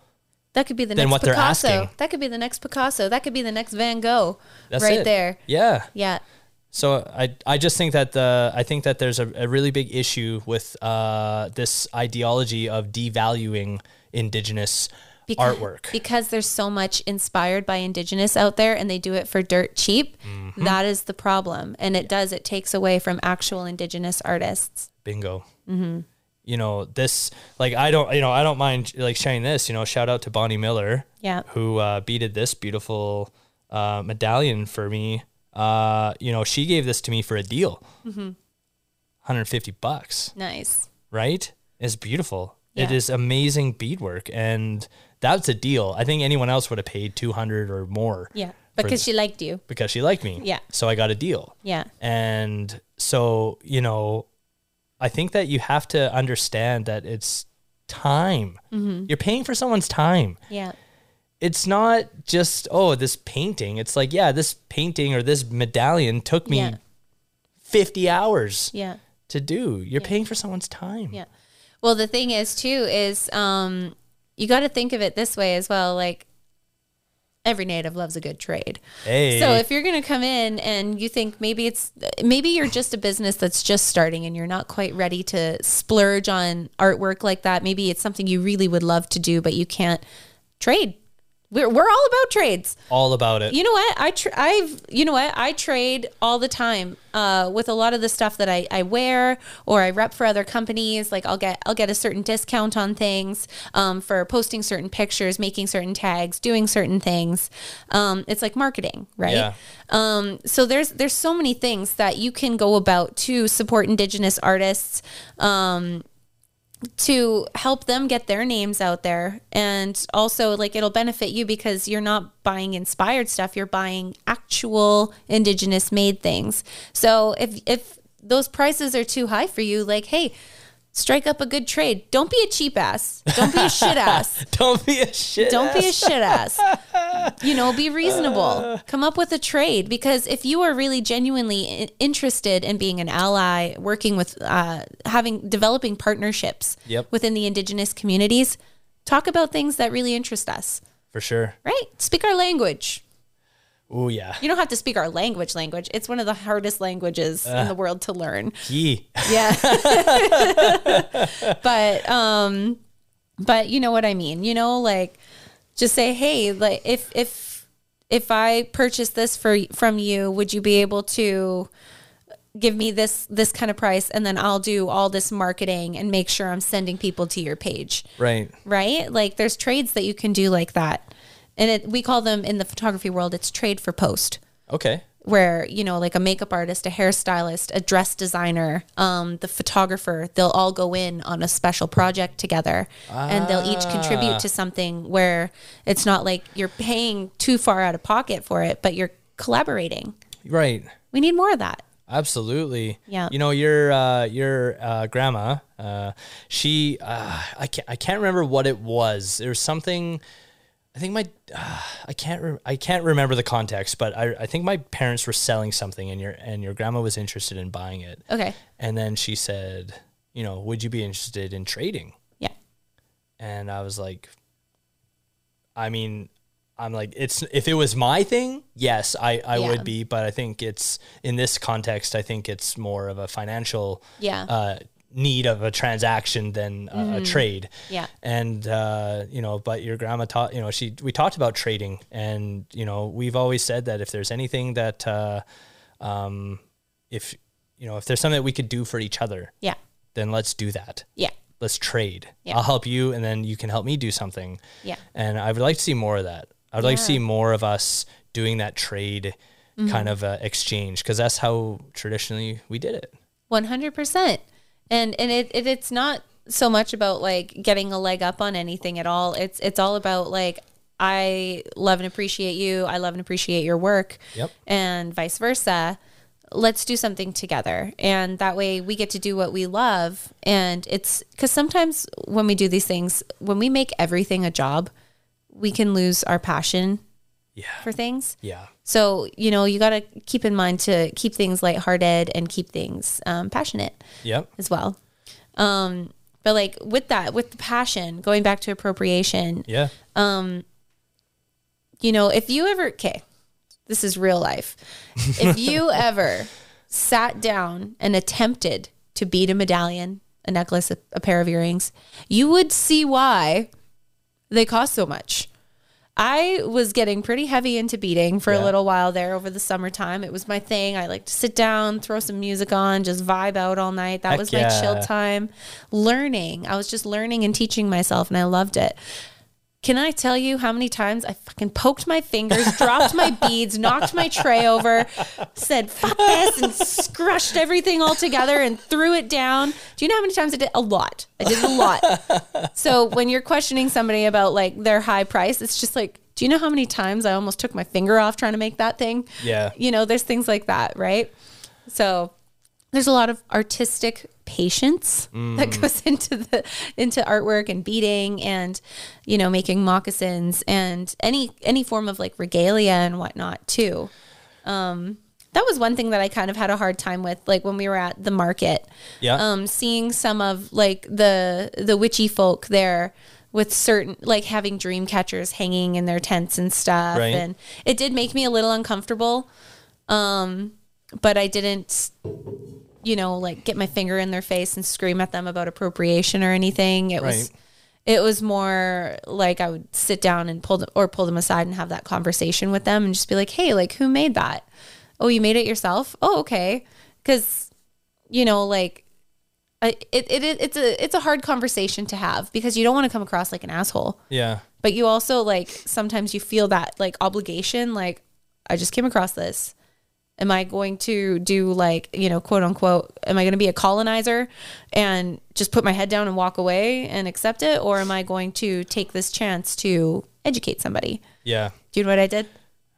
[SPEAKER 2] that could be the
[SPEAKER 1] Then
[SPEAKER 2] next
[SPEAKER 1] what they're
[SPEAKER 2] picasso
[SPEAKER 1] asking.
[SPEAKER 2] that could be the next picasso that could be the next van gogh
[SPEAKER 1] that's
[SPEAKER 2] right
[SPEAKER 1] it.
[SPEAKER 2] there
[SPEAKER 1] yeah
[SPEAKER 2] yeah
[SPEAKER 1] So I I just think that the I think that there's a, a really big issue with uh, this ideology of devaluing indigenous
[SPEAKER 2] Because-
[SPEAKER 1] artwork.
[SPEAKER 2] because there's so much inspired by indigenous out there and they do it for dirt cheap
[SPEAKER 1] Mm-hmm.
[SPEAKER 2] that is the problem and it does it takes away from actual indigenous artists
[SPEAKER 1] Bingo. Mm-hmm. You know this like I don't you know I don't mind like sharing this. You know shout out to Bonnie Miller.
[SPEAKER 2] Yeah.
[SPEAKER 1] Who uh, beaded this beautiful uh, medallion for me? Uh, you know she gave this to me for a deal. Mm-hmm. 150 bucks.
[SPEAKER 2] nice
[SPEAKER 1] right? It's beautiful. It
[SPEAKER 2] Yeah.
[SPEAKER 1] is amazing beadwork, and that's a deal. I think anyone else would have paid two hundred or more.
[SPEAKER 2] yeah
[SPEAKER 1] for
[SPEAKER 2] because she liked you
[SPEAKER 1] because she liked me.
[SPEAKER 2] Yeah.
[SPEAKER 1] So I got a deal.
[SPEAKER 2] yeah
[SPEAKER 1] And so you know, I think that you have to understand that it's time.
[SPEAKER 2] Mm-hmm.
[SPEAKER 1] You're paying for someone's time.
[SPEAKER 2] yeah
[SPEAKER 1] It's not just oh this painting. It's like yeah, this painting or this medallion took me
[SPEAKER 2] Yeah.
[SPEAKER 1] fifty hours
[SPEAKER 2] yeah
[SPEAKER 1] to do. You're paying for someone's time.
[SPEAKER 2] Yeah. Well, the thing is too is um you got to think of it this way as well like every native loves a good trade.
[SPEAKER 1] Hey.
[SPEAKER 2] So if you're going to come in and you think maybe it's maybe you're just a business that's just starting and you're not quite ready to splurge on artwork like that, maybe it's something you really would love to do but you can't trade. We're we're all about trades.
[SPEAKER 1] all about it.
[SPEAKER 2] You know what? I tr I've you know what? I trade all the time uh, with a lot of the stuff that I, I wear or I rep for other companies. Like I'll get I'll get a certain discount on things um, for posting certain pictures, making certain tags, doing certain things. Um, it's like marketing, right?
[SPEAKER 1] Yeah.
[SPEAKER 2] Um, so there's there's so many things that you can go about to support Indigenous artists um, to help them get their names out there and also like it'll benefit you because you're not buying inspired stuff you're buying actual indigenous made things so if if those prices are too high for you like hey strike up a good trade don't be a cheap ass don't be a shit ass
[SPEAKER 1] [laughs] Don't be a shit.
[SPEAKER 2] don't be a
[SPEAKER 1] ass.
[SPEAKER 2] shit ass you know be reasonable come up with a trade because if you are really genuinely i- interested in being an ally working with uh, having developing partnerships
[SPEAKER 1] Yep.
[SPEAKER 2] within the indigenous communities talk about things that really interest us
[SPEAKER 1] for sure.
[SPEAKER 2] right speak our language
[SPEAKER 1] Oh yeah.
[SPEAKER 2] you don't have to speak our language language it's one of the hardest languages in the world to learn
[SPEAKER 1] Gee.
[SPEAKER 2] yeah. but um but you know what I mean, you know, like just say, "Hey, like if if if I purchase this for from you, would you be able to give me this this kind of price and then I'll do all this marketing and make sure I'm sending people to your page."
[SPEAKER 1] [laughs] Right.
[SPEAKER 2] Right? Like there's trades that you can do like that. And it, we call them in the photography world, it's trade for post
[SPEAKER 1] Okay.
[SPEAKER 2] where you know like a makeup artist a hairstylist a dress designer um, the photographer they'll all go in on a special project together and they'll each contribute to something where it's not like you're paying too far out of pocket for it but you're collaborating
[SPEAKER 1] Right.
[SPEAKER 2] we need more of that
[SPEAKER 1] Absolutely.
[SPEAKER 2] Yeah.
[SPEAKER 1] You know your uh, your uh, grandma. Uh, she uh, I can't I can't remember what it was. There was something. I think my uh, I can't re- I can't remember the context, but I, I think my parents were selling something, and your and your grandma was interested in buying it.
[SPEAKER 2] okay
[SPEAKER 1] And then she said, you know, would you be interested in trading?
[SPEAKER 2] yeah
[SPEAKER 1] And I was like, I mean, I'm like, it's if it was my thing, yes, I, I
[SPEAKER 2] Yeah.
[SPEAKER 1] would be, but I think it's in this context, I think it's more of a financial
[SPEAKER 2] Yeah.
[SPEAKER 1] uh, need of a transaction than a, a trade.
[SPEAKER 2] Mm-hmm. Yeah.
[SPEAKER 1] And uh, you know, but your grandma taught you know she we talked about trading, and you know we've always said that if there's anything that uh, um, if you know if there's something that we could do for each other,
[SPEAKER 2] yeah
[SPEAKER 1] then let's do that
[SPEAKER 2] yeah
[SPEAKER 1] let's trade.
[SPEAKER 2] Yeah.
[SPEAKER 1] I'll help you, and then you can help me do something.
[SPEAKER 2] Yeah.
[SPEAKER 1] And I would like to see more of that. I would like to
[SPEAKER 2] Yeah. Mm-hmm.
[SPEAKER 1] see more of us doing that trade kind of uh, exchange because that's how traditionally we did it.
[SPEAKER 2] One hundred percent. And and it, it it's not so much about like getting a leg up on anything at all. It's it's all about like I love and appreciate you. I love and appreciate your work.
[SPEAKER 1] Yep.
[SPEAKER 2] And vice versa. Let's do something together. And that way we get to do what we love. And it's because sometimes when we do these things, when we make everything a job, we can lose our passion
[SPEAKER 1] Yeah.
[SPEAKER 2] for things.
[SPEAKER 1] Yeah.
[SPEAKER 2] So, you know, you got to keep in mind to keep things lighthearted and keep things um, passionate
[SPEAKER 1] Yep.
[SPEAKER 2] as well. Um, but like with that, with the passion, going back to appropriation,
[SPEAKER 1] Yeah.
[SPEAKER 2] you know, if you ever, okay, this is real life.
[SPEAKER 1] [laughs]
[SPEAKER 2] If you ever sat down and attempted to beat a medallion, a necklace, a, a pair of earrings, you would see why they cost so much. I was getting pretty heavy into beating for a
[SPEAKER 1] Yeah.
[SPEAKER 2] little while there over the summertime. It was my thing. I like to sit down, throw some music on, just vibe out all night. That
[SPEAKER 1] Heck
[SPEAKER 2] was my chill
[SPEAKER 1] yeah.
[SPEAKER 2] time. Learning. I was just learning and teaching myself, and I loved it. Can I tell you how many times I fucking poked my fingers, dropped my beads, knocked my tray over, said fuck this, and scrushed everything all together and threw it down? Do you know how many times I did? A lot. I did it a lot. So when you're questioning somebody about like their high price, it's just like, do you know how many times I almost took my finger off trying to make that thing?
[SPEAKER 1] Yeah.
[SPEAKER 2] You know, there's things like that, right? So there's a lot of artistic patience
[SPEAKER 1] Mm.
[SPEAKER 2] that goes [laughs] into the into artwork and beading and you know making moccasins and any any form of like regalia and whatnot too um that was one thing that i kind of had a hard time with like when we were at the market
[SPEAKER 1] Yeah.
[SPEAKER 2] um seeing some of like the the witchy folk there with certain like having dream catchers hanging in their tents and stuff
[SPEAKER 1] Right.
[SPEAKER 2] and it did make me a little uncomfortable um but i didn't you know like get my finger in their face and scream at them about appropriation or anything it was
[SPEAKER 1] Right.
[SPEAKER 2] it was more like i would sit down and pull them or pull them aside and have that conversation with them and just be like hey like who made that oh you made it yourself oh okay because you know like I, it, it, it it's a it's a hard conversation to have because you don't want to come across like an asshole
[SPEAKER 1] Yeah.
[SPEAKER 2] but you also like sometimes you feel that like obligation like i just came across this am i going to do like you know quote unquote am i going to be a colonizer and just put my head down and walk away and accept it or am i going to take this chance to educate somebody
[SPEAKER 1] Yeah.
[SPEAKER 2] do you know what i did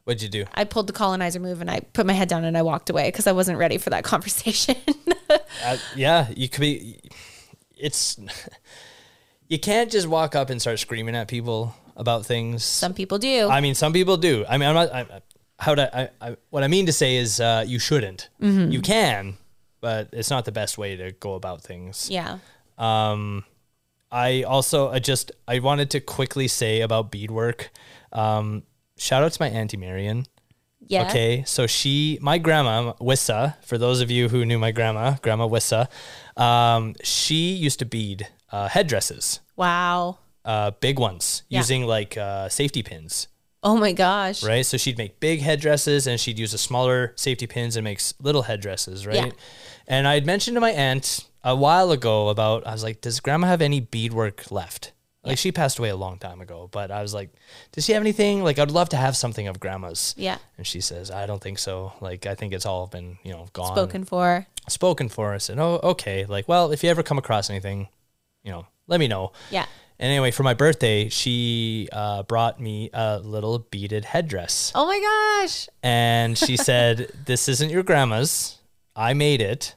[SPEAKER 1] What'd you do?
[SPEAKER 2] i pulled the colonizer move and i put my head down and i walked away because i wasn't ready for that [laughs] conversation
[SPEAKER 1] Uh, yeah, you could be. It's [laughs] you can't just walk up and start screaming at people about things.
[SPEAKER 2] some people do
[SPEAKER 1] I mean, some people do. I mean, I'm not. I, I- how do I, I? What I mean to say is, uh, you shouldn't.
[SPEAKER 2] Mm-hmm.
[SPEAKER 1] You can, but it's not the best way to go about things.
[SPEAKER 2] yeah
[SPEAKER 1] I also I just I wanted to quickly say about beadwork. Um, shout out to my auntie Marion.
[SPEAKER 2] yeah
[SPEAKER 1] Okay, so she, my grandma Wissa, for those of you who knew my grandma, Grandma Wissa, um, she used to bead uh, headdresses,
[SPEAKER 2] wow
[SPEAKER 1] uh, big ones,
[SPEAKER 2] Yeah.
[SPEAKER 1] using like uh, safety pins,
[SPEAKER 2] oh my gosh
[SPEAKER 1] right? So she'd make big headdresses, and she'd use the smaller safety pins and make s- little headdresses, right? And I had mentioned to my aunt a while ago about I was like, does Grandma have any beadwork left? Like she passed away a long time ago, but I was like, does she have anything? Like I'd love to have something of Grandma's.
[SPEAKER 2] yeah
[SPEAKER 1] And she says, I don't think so. Like, I think it's all been, you know, gone.
[SPEAKER 2] spoken for
[SPEAKER 1] Spoken for. I said, oh, okay. Like, well, if you ever come across anything, you know, let me know.
[SPEAKER 2] yeah
[SPEAKER 1] And anyway, for my birthday, she uh, brought me a little beaded headdress.
[SPEAKER 2] oh my gosh
[SPEAKER 1] And she
[SPEAKER 2] [laughs]
[SPEAKER 1] said, this isn't your grandma's. I made it,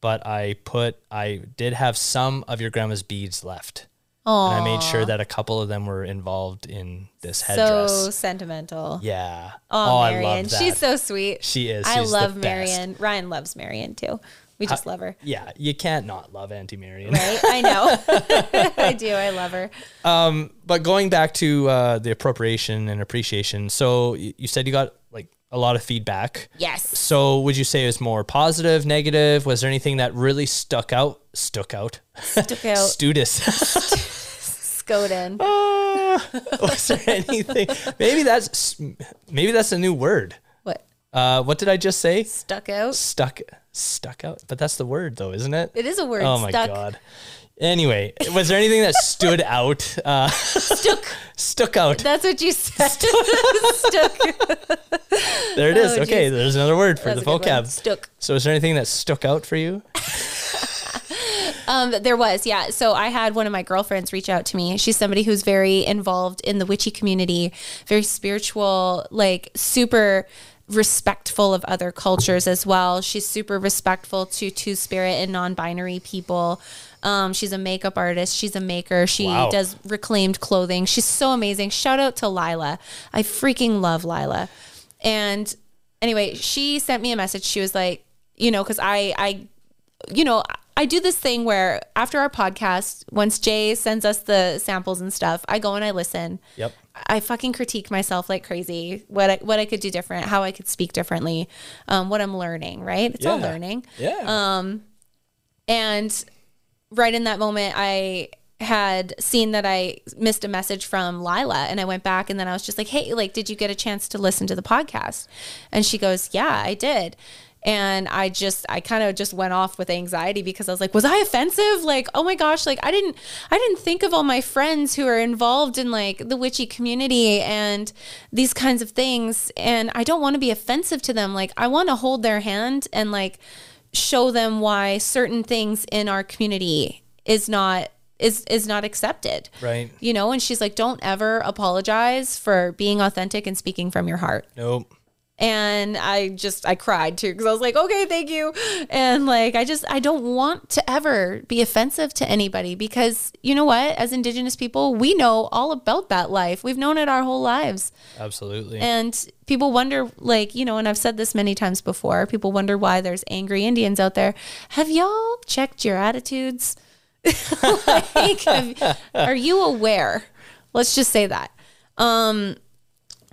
[SPEAKER 1] but I put, I did have some of your grandma's beads left.
[SPEAKER 2] oh
[SPEAKER 1] And I made sure that a couple of them were involved in this
[SPEAKER 2] so
[SPEAKER 1] headdress.
[SPEAKER 2] sentimental.
[SPEAKER 1] yeah.
[SPEAKER 2] Oh,
[SPEAKER 1] I
[SPEAKER 2] Marion,
[SPEAKER 1] love that.
[SPEAKER 2] she's so sweet.
[SPEAKER 1] She is.
[SPEAKER 2] I
[SPEAKER 1] She's the
[SPEAKER 2] love
[SPEAKER 1] best.
[SPEAKER 2] Marion. Ryan loves Marion too. We just love her,
[SPEAKER 1] Yeah, you can't not love Auntie Marion.
[SPEAKER 2] right? I know. [laughs] I do. I love her.
[SPEAKER 1] But going back to uh, the appropriation and appreciation, so y- you said you got like a lot of feedback.
[SPEAKER 2] Yes.
[SPEAKER 1] So would you say it was more positive, negative? Was there anything that really stuck out? Stuck out?
[SPEAKER 2] Took
[SPEAKER 1] [laughs]
[SPEAKER 2] out
[SPEAKER 1] Studis.
[SPEAKER 2] Skoden.
[SPEAKER 1] Oh. [laughs] was there anything? Maybe that's maybe that's a new word.
[SPEAKER 2] What?
[SPEAKER 1] Uh, what did I just say?
[SPEAKER 2] Stuck out.
[SPEAKER 1] Stuck stuck out. But that's the word though, isn't it?
[SPEAKER 2] It is a word.
[SPEAKER 1] oh my
[SPEAKER 2] stuck.
[SPEAKER 1] god. Anyway, was there anything that
[SPEAKER 2] [laughs]
[SPEAKER 1] stood out? Uh,
[SPEAKER 2] Stuck.
[SPEAKER 1] stuck out.
[SPEAKER 2] That's what you
[SPEAKER 1] [laughs]
[SPEAKER 2] said. [laughs] Stuck.
[SPEAKER 1] There it is.
[SPEAKER 2] Oh,
[SPEAKER 1] okay,
[SPEAKER 2] geez.
[SPEAKER 1] there's another word for
[SPEAKER 2] That's
[SPEAKER 1] the
[SPEAKER 2] a good one.
[SPEAKER 1] vocab.
[SPEAKER 2] Stuck.
[SPEAKER 1] So, is there anything that stuck out for you?
[SPEAKER 2] Um, there was, yeah. So I had one of my girlfriends reach out to me. She's somebody who's very involved in the witchy community, very spiritual, like super respectful of other cultures as well. She's super respectful to two spirit and non binary people. Um, she's a makeup artist. She's a maker. She
[SPEAKER 1] Wow.
[SPEAKER 2] does reclaimed clothing. She's so amazing. Shout out to Lila. I freaking love Lila. And anyway, she sent me a message. She was like, you know, because I, I you know, I do this thing where after our podcast, once Jay sends us the samples and stuff, I go and I listen.
[SPEAKER 1] Yep.
[SPEAKER 2] [laughs] I fucking critique myself like crazy. What I, what I could do different, how I could speak differently, um, what I'm learning. Right? It's all
[SPEAKER 1] Yeah.
[SPEAKER 2] learning.
[SPEAKER 1] Yeah.
[SPEAKER 2] And right in that moment, I had seen that I missed a message from Lila and I went back and then I was just like, hey, like, did you get a chance to listen to the podcast? And she goes, yeah, I did. And I just, I kind of just went off with anxiety because I was like, was I offensive? Like, oh my gosh, like I didn't, I didn't think of all my friends who are involved in like the witchy community and these kinds of things. And I don't want to be offensive to them. Like, I want to hold their hand and like, show them why certain things in our community is not is is not accepted
[SPEAKER 1] right.
[SPEAKER 2] you know and she's like don't ever apologize for being authentic and speaking from your heart
[SPEAKER 1] Nope.
[SPEAKER 2] and i just i cried too because i was like okay thank you and like i just i don't want to ever be offensive to anybody because you know what as indigenous people we know all about that life we've known it our whole lives
[SPEAKER 1] Absolutely.
[SPEAKER 2] and people wonder, like, you know, and I've said this many times before, people wonder why there's angry Indians out there. Have y'all checked your attitudes? [laughs] like, have- are you aware? Let's just say that. Um,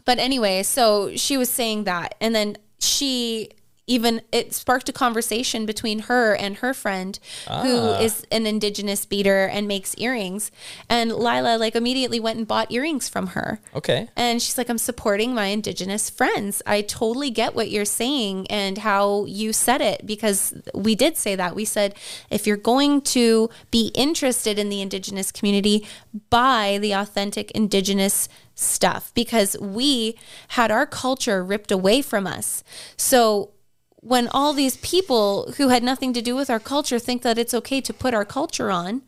[SPEAKER 2] but anyway, so she was saying that, and then she even it sparked a conversation between her and her friend who is an indigenous beater and makes earrings and lila like immediately went and bought earrings from her
[SPEAKER 1] Okay.
[SPEAKER 2] and she's like, I'm supporting my Indigenous friends. I totally get what you're saying and how you said it because we did say that. We said, if you're going to be interested in the Indigenous community, buy the authentic Indigenous stuff because we had our culture ripped away from us. So when all these people who had nothing to do with our culture think that it's okay to put our culture on,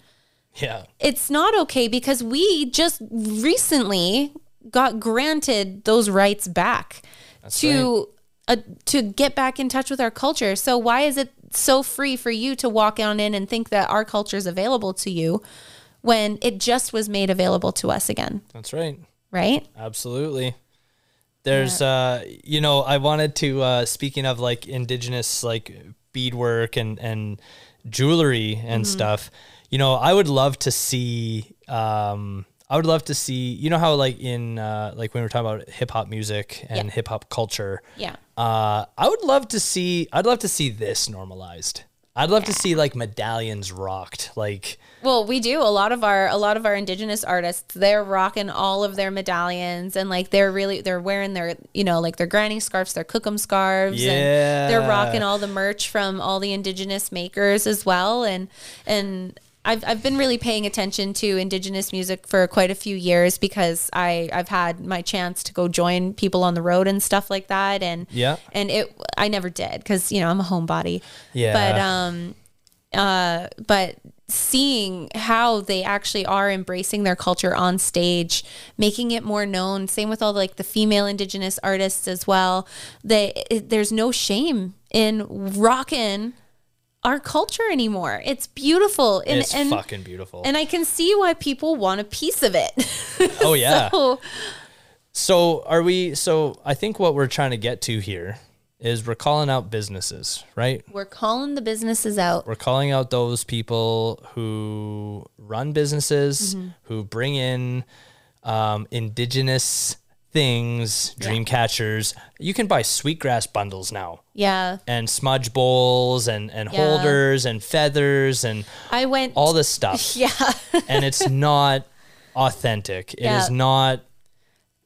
[SPEAKER 1] Yeah.
[SPEAKER 2] it's not okay because we just recently got granted those rights back to uh, to get back in touch with our culture. So why is it so free for you to walk on in and think that our culture is available to you when it just was made available to us again,
[SPEAKER 1] That's right.
[SPEAKER 2] right?
[SPEAKER 1] Absolutely. There's uh you know, I wanted to uh speaking of like indigenous like beadwork and and jewelry and
[SPEAKER 2] Mm-hmm.
[SPEAKER 1] stuff. You know, I would love to see um I would love to see you know how like in uh like when we we're talking about hip hop music and hip hop culture.
[SPEAKER 2] Yeah.
[SPEAKER 1] Uh I would love to see I'd love to see this normalized. I'd love to see like medallions rocked like
[SPEAKER 2] Well, we do a lot of our a lot of our indigenous artists. They're rocking all of their medallions and like they're really they're wearing their you know like their grinding scarves, their cookum scarves, and they're
[SPEAKER 1] Yeah.
[SPEAKER 2] rocking all the merch from all the indigenous makers as well. And and I've I've been really paying attention to indigenous music for quite a few years because I I've had my chance to go join people on the road and stuff like that. And
[SPEAKER 1] Yeah.
[SPEAKER 2] and it I never did because you know I'm a homebody.
[SPEAKER 1] Yeah.
[SPEAKER 2] but um uh, but seeing how they actually are embracing their culture on stage, making it more known. Same with all like the female indigenous artists as well. They it, there's no shame in rocking our culture anymore. It's beautiful, and
[SPEAKER 1] it's
[SPEAKER 2] and
[SPEAKER 1] fucking beautiful.
[SPEAKER 2] and I can see why people want a piece of it. [laughs]
[SPEAKER 1] oh yeah.
[SPEAKER 2] so,
[SPEAKER 1] So are we? So I think what we're trying to get to here is we're calling out businesses, right?
[SPEAKER 2] we're calling the businesses out.
[SPEAKER 1] We're calling out those people who run businesses,
[SPEAKER 2] Mm-hmm.
[SPEAKER 1] who bring in um, indigenous things, dream catchers. You can buy sweetgrass bundles now,
[SPEAKER 2] Yeah,
[SPEAKER 1] and smudge bowls, and and
[SPEAKER 2] Yeah.
[SPEAKER 1] holders, and feathers, and
[SPEAKER 2] I went.
[SPEAKER 1] all this stuff.
[SPEAKER 2] [laughs] yeah,
[SPEAKER 1] and it's not authentic. It is
[SPEAKER 2] Yeah.
[SPEAKER 1] not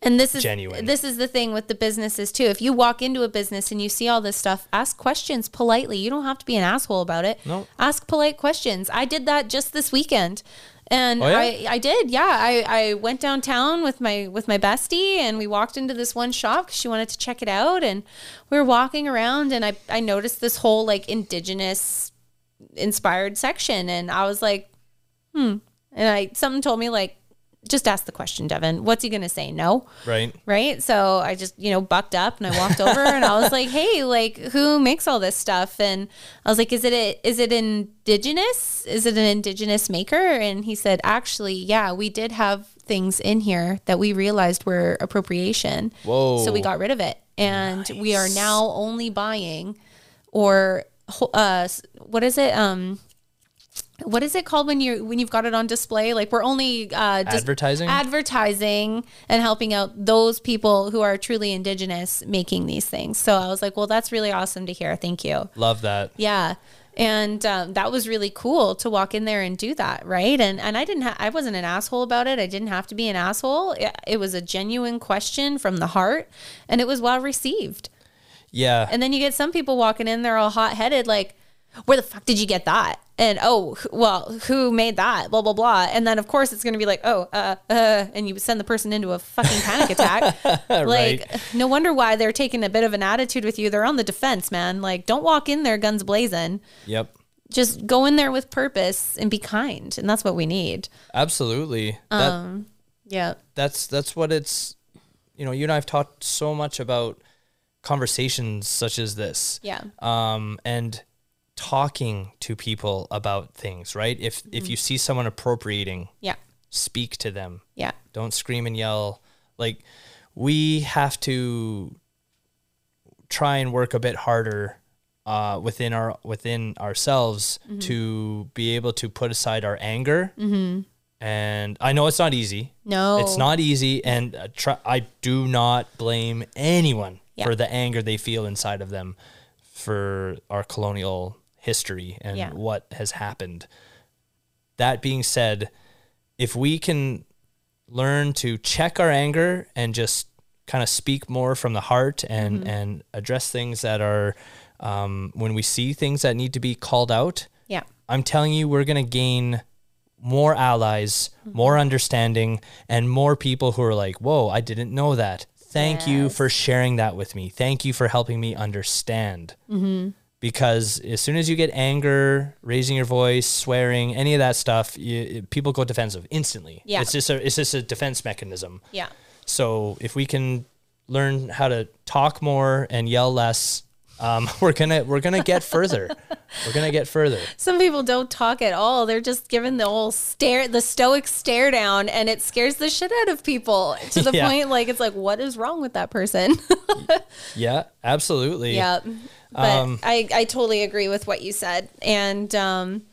[SPEAKER 2] And this is
[SPEAKER 1] Genuine.
[SPEAKER 2] This is the thing with the businesses too. If you walk into a business and you see all this stuff, ask questions politely. You don't have to be an asshole about it.
[SPEAKER 1] No.
[SPEAKER 2] Ask polite questions. I did that just this weekend. And
[SPEAKER 1] Oh, yeah?
[SPEAKER 2] I, I did, yeah. I, I went downtown with my with my bestie and we walked into this one shop 'cause she wanted to check it out and we were walking around and I, I noticed this whole like indigenous inspired section and I was like, hmm. And I something told me like, just ask the question, Devin. What's he gonna say? No
[SPEAKER 1] right.
[SPEAKER 2] right? So I just, you know, bucked up and I walked over and I
[SPEAKER 1] [laughs]
[SPEAKER 2] was like, "Hey, like who makes all this stuff?" And I was like, "Is it a, is it indigenous? Is it an indigenous maker?" And he said, "Actually, yeah, we did have things in here that we realized were appropriation.
[SPEAKER 1] Whoa.
[SPEAKER 2] So we got rid of it. And we are now only buying or ho- uh s- what is it? Um what is it called when you when you've got it on display? Like we're only uh, dis-
[SPEAKER 1] Advertising?
[SPEAKER 2] advertising and helping out those people who are truly indigenous making these things. So I was like, well, that's really awesome to hear. Thank you.
[SPEAKER 1] Love that.
[SPEAKER 2] Yeah. And um, that was really cool to walk in there and do that, right? And and I didn't, ha- I wasn't an asshole about it. I didn't have to be an asshole. It, it was a genuine question from the heart, and it was well received.
[SPEAKER 1] Yeah.
[SPEAKER 2] And then you get some people walking in, they're all hot headed, like, where the fuck did you get that? And oh, wh- well, who made that? Blah, blah, blah. And then, of course, it's going to be like, oh, uh, uh, and you send the person into a fucking
[SPEAKER 1] [laughs]
[SPEAKER 2] panic attack.
[SPEAKER 1] Right.
[SPEAKER 2] Like, no wonder why they're taking a bit of an attitude with you. They're on the defense, man. Like, don't walk in there guns blazing.
[SPEAKER 1] Yep.
[SPEAKER 2] Just go in there with purpose and be kind. And that's what we need.
[SPEAKER 1] Absolutely. That
[SPEAKER 2] Yeah.
[SPEAKER 1] that's that's what it's you know, you and I have talked so much about conversations such as this.
[SPEAKER 2] Yeah.
[SPEAKER 1] Um and talking to people about things, right? If if you see someone appropriating,
[SPEAKER 2] Yeah.
[SPEAKER 1] speak to them.
[SPEAKER 2] Yeah.
[SPEAKER 1] Don't scream and yell. Like we have to try and work a bit harder uh, within our within ourselves to be able to put aside our anger. And I know it's not easy.
[SPEAKER 2] No.
[SPEAKER 1] It's not easy, and uh, try, I do not blame anyone
[SPEAKER 2] Yeah.
[SPEAKER 1] for the anger they feel inside of them for our colonial history and
[SPEAKER 2] Yeah.
[SPEAKER 1] what has happened. That being said, if we can learn to check our anger and just kind of speak more from the heart and
[SPEAKER 2] Mm-hmm.
[SPEAKER 1] and address things that are um, when we see things that need to be called out,
[SPEAKER 2] Yeah.
[SPEAKER 1] I'm telling you, we're going to gain more allies, more understanding, and more people who are like, whoa, I didn't know that. Thank you for sharing that with me. Thank you for helping me understand. Because as soon as you get anger, raising your voice, swearing, any of that stuff, you, people go defensive instantly.
[SPEAKER 2] Yeah.
[SPEAKER 1] It's just a, it's just a defense mechanism.
[SPEAKER 2] Yeah.
[SPEAKER 1] So if we can learn how to talk more and yell less, um, [laughs] we're gonna we're gonna get further. we're gonna get further.
[SPEAKER 2] Some people don't talk at all. They're just given the whole stare, the stoic stare down, and it scares the shit out of people to [laughs] the
[SPEAKER 1] Yeah.
[SPEAKER 2] point like it's like, what is wrong with that person? [laughs]
[SPEAKER 1] Yeah, absolutely.
[SPEAKER 2] yeah. Um, But I, I totally agree with what you said. And um,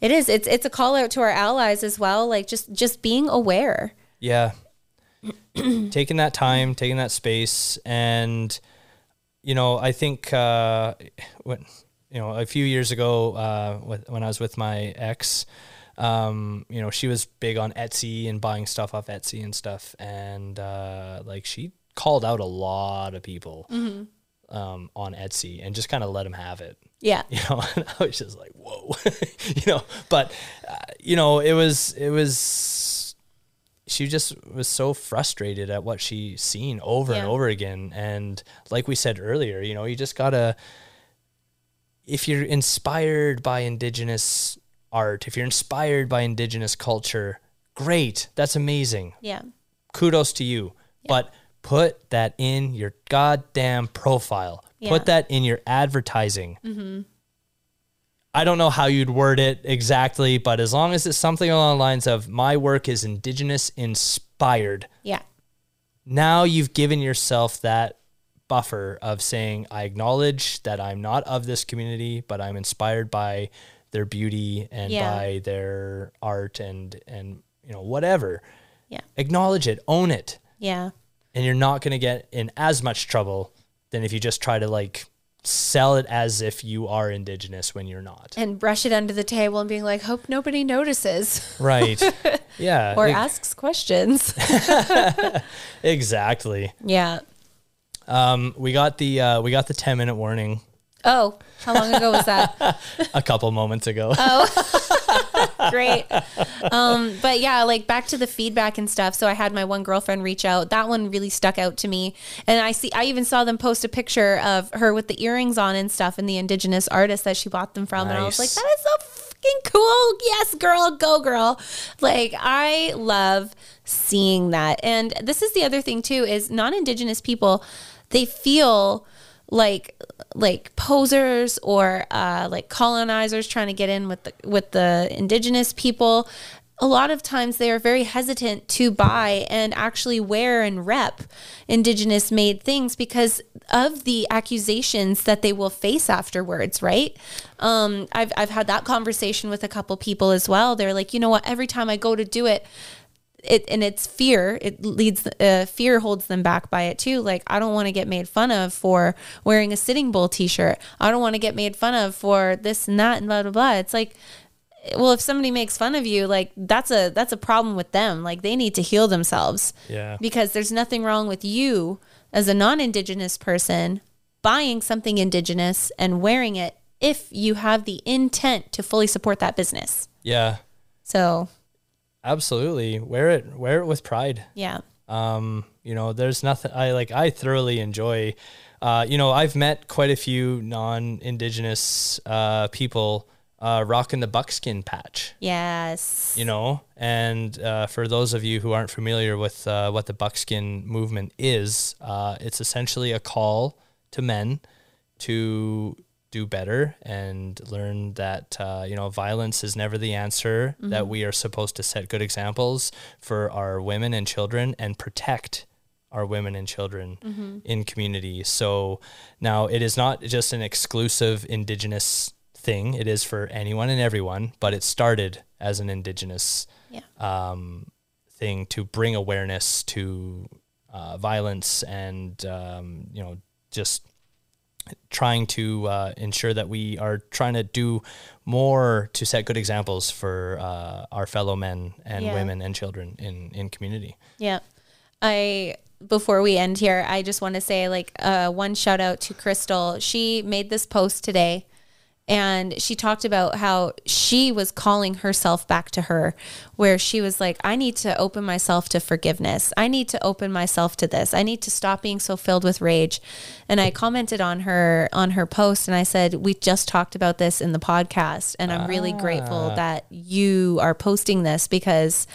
[SPEAKER 2] it is, it's, it's a call out to our allies as well. Like just, just being aware.
[SPEAKER 1] Yeah. [clears throat] taking that time, taking that space and you know, I think uh when you know, a few years ago uh with, when I was with my ex um, you know, she was big on Etsy and buying stuff off Etsy and stuff and uh like she called out a lot of people um on Etsy and just kind of let them have it
[SPEAKER 2] Yeah.
[SPEAKER 1] [laughs] you know and i was just like whoa [laughs] you know but uh, you know it was it was she just was so frustrated at what she seen over and
[SPEAKER 2] Yeah.
[SPEAKER 1] over again and like we said earlier you know you just gotta if you're inspired by indigenous art if you're inspired by indigenous culture great that's amazing
[SPEAKER 2] Yeah.
[SPEAKER 1] kudos to you. But put that in your goddamn profile.
[SPEAKER 2] Yeah. Mm-hmm.
[SPEAKER 1] Put that in your advertising. I don't know how you'd word it exactly, but as long as it's something along the lines of my work is indigenous inspired,
[SPEAKER 2] Yeah.
[SPEAKER 1] now you've given yourself that buffer of saying, I acknowledge that I'm not of this community, but I'm inspired by their beauty and
[SPEAKER 2] Yeah.
[SPEAKER 1] by their art and and you know, whatever.
[SPEAKER 2] Yeah.
[SPEAKER 1] Acknowledge it, own it
[SPEAKER 2] Yeah.
[SPEAKER 1] and you're not going to get in as much trouble than if you just try to like sell it as if you are indigenous when you're not.
[SPEAKER 2] And brush it under the table and being like, hope nobody notices
[SPEAKER 1] [laughs] Right. yeah.
[SPEAKER 2] or
[SPEAKER 1] e-
[SPEAKER 2] asks questions. [laughs]
[SPEAKER 1] exactly.
[SPEAKER 2] yeah.
[SPEAKER 1] Um, we got the uh, we got the 10 minute warning
[SPEAKER 2] Oh, how long ago was that? [laughs]
[SPEAKER 1] a couple moments ago.
[SPEAKER 2] great. Um, but yeah, like back to the feedback and stuff. So I had my one girlfriend reach out. That one really stuck out to me. And I see, I even saw them post a picture of her with the earrings on and stuff, and the indigenous artist that she bought them from. And I was like,
[SPEAKER 1] Nice.
[SPEAKER 2] that is so freaking cool. Yes, girl, go girl. Like I love seeing that. And this is the other thing too is non-indigenous people, they feel like like posers or uh, like colonizers trying to get in with the with the indigenous people. A lot of times they are very hesitant to buy and actually wear and rep indigenous made things because of the accusations that they will face afterwards, right? Um, I've, I've had that conversation with a couple people as well. They're like, you know what? Every time I go to do it, it and it's fear it leads uh, fear holds them back by it too like i don't want to get made fun of for wearing a sitting bull t-shirt i don't want to get made fun of for this and that and blah blah blah it's like well if somebody makes fun of you like that's a that's a problem with them like they need to heal themselves
[SPEAKER 1] Yeah.
[SPEAKER 2] because there's nothing wrong with you as a non-indigenous person buying something indigenous and wearing it if you have the intent to fully support that business
[SPEAKER 1] yeah.
[SPEAKER 2] so
[SPEAKER 1] Absolutely. Wear it wear it with pride.
[SPEAKER 2] yeah
[SPEAKER 1] Um, you know, there's nothing I like. I thoroughly enjoy. Uh, you know, I've met quite a few non-indigenous uh, people uh, rocking the buckskin patch.
[SPEAKER 2] yes
[SPEAKER 1] You know, and uh, for those of you who aren't familiar with uh, what the buckskin movement is, uh, it's essentially a call to men to do better and learn that uh, you know violence is never the answer. That we are supposed to set good examples for our women and children and protect our women and children
[SPEAKER 2] Mm-hmm.
[SPEAKER 1] in community. So now it is not just an exclusive indigenous thing. It is for anyone and everyone, but it started as an indigenous
[SPEAKER 2] Yeah.
[SPEAKER 1] um, thing to bring awareness to uh, violence and um, you know just trying to uh, ensure that we are trying to do more to set good examples for uh, our fellow men and
[SPEAKER 2] Yeah.
[SPEAKER 1] women and children in in community.
[SPEAKER 2] Yeah. I before we end here, I just want to say like uh, one shout out to Crystal. She made this post today and she talked about how she was calling herself back to her where she was like I need to open myself to forgiveness. I need to open myself to this. I need to stop being so filled with rage. And I commented on her on her post and I said we just talked about this in the podcast and I'm really grateful that you are posting this because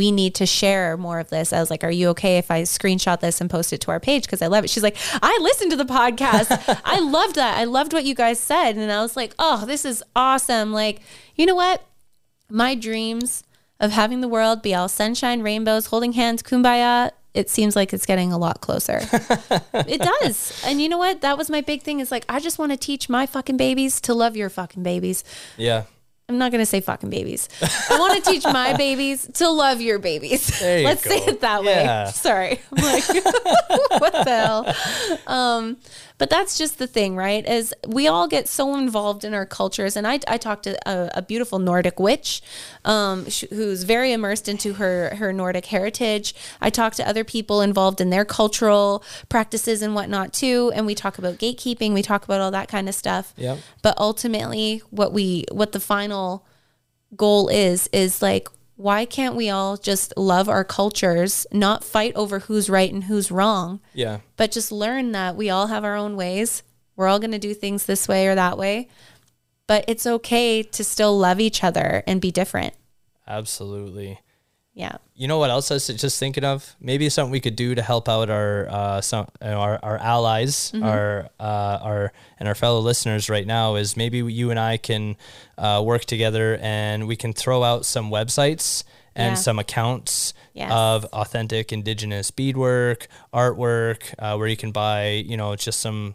[SPEAKER 2] we need to share more of this. I was like, Are you okay if I screenshot this and post it to our page? Because I love it. She's like, I listened to the podcast. I loved that. I loved what you guys said. And I was like, Oh, this is awesome. Like, you know what? My dreams of having the world be all sunshine, rainbows, holding hands, kumbaya. It seems like it's getting a lot closer. it does. And you know what? That was my big thing is like, I just want to teach my fucking babies to love your fucking babies.
[SPEAKER 1] Yeah,
[SPEAKER 2] I'm not going to say fucking babies. I
[SPEAKER 1] [laughs]
[SPEAKER 2] want to teach my babies to love your babies.
[SPEAKER 1] There you
[SPEAKER 2] [laughs] Let's
[SPEAKER 1] go.
[SPEAKER 2] say it that
[SPEAKER 1] Yeah.
[SPEAKER 2] way. Sorry. I'm like, [laughs] what the hell? Um, but that's just the thing, right? Is we all get so involved in our cultures. And I, I talked to a, a beautiful Nordic witch um, sh- who's very immersed into her, her Nordic heritage. I talked to other people involved in their cultural practices and whatnot too. And we talk about gatekeeping. We talk about all that kind of stuff
[SPEAKER 1] yeah,
[SPEAKER 2] but ultimately what we what the final goal is is like why can't we all just love our cultures not fight over who's right and who's wrong
[SPEAKER 1] yeah,
[SPEAKER 2] but just learn that we all have our own ways we're all going to do things this way or that way but it's okay to still love each other and be different
[SPEAKER 1] absolutely.
[SPEAKER 2] yeah
[SPEAKER 1] you know what else I was just thinking of? Maybe something we could do to help out our uh, some you know, our, our allies,
[SPEAKER 2] Mm-hmm.
[SPEAKER 1] our uh, our and our fellow listeners right now is maybe you and I can uh, work together and we can throw out some websites and
[SPEAKER 2] Yeah.
[SPEAKER 1] some accounts
[SPEAKER 2] Yes.
[SPEAKER 1] of authentic indigenous beadwork, artwork, uh, where you can buy you know just some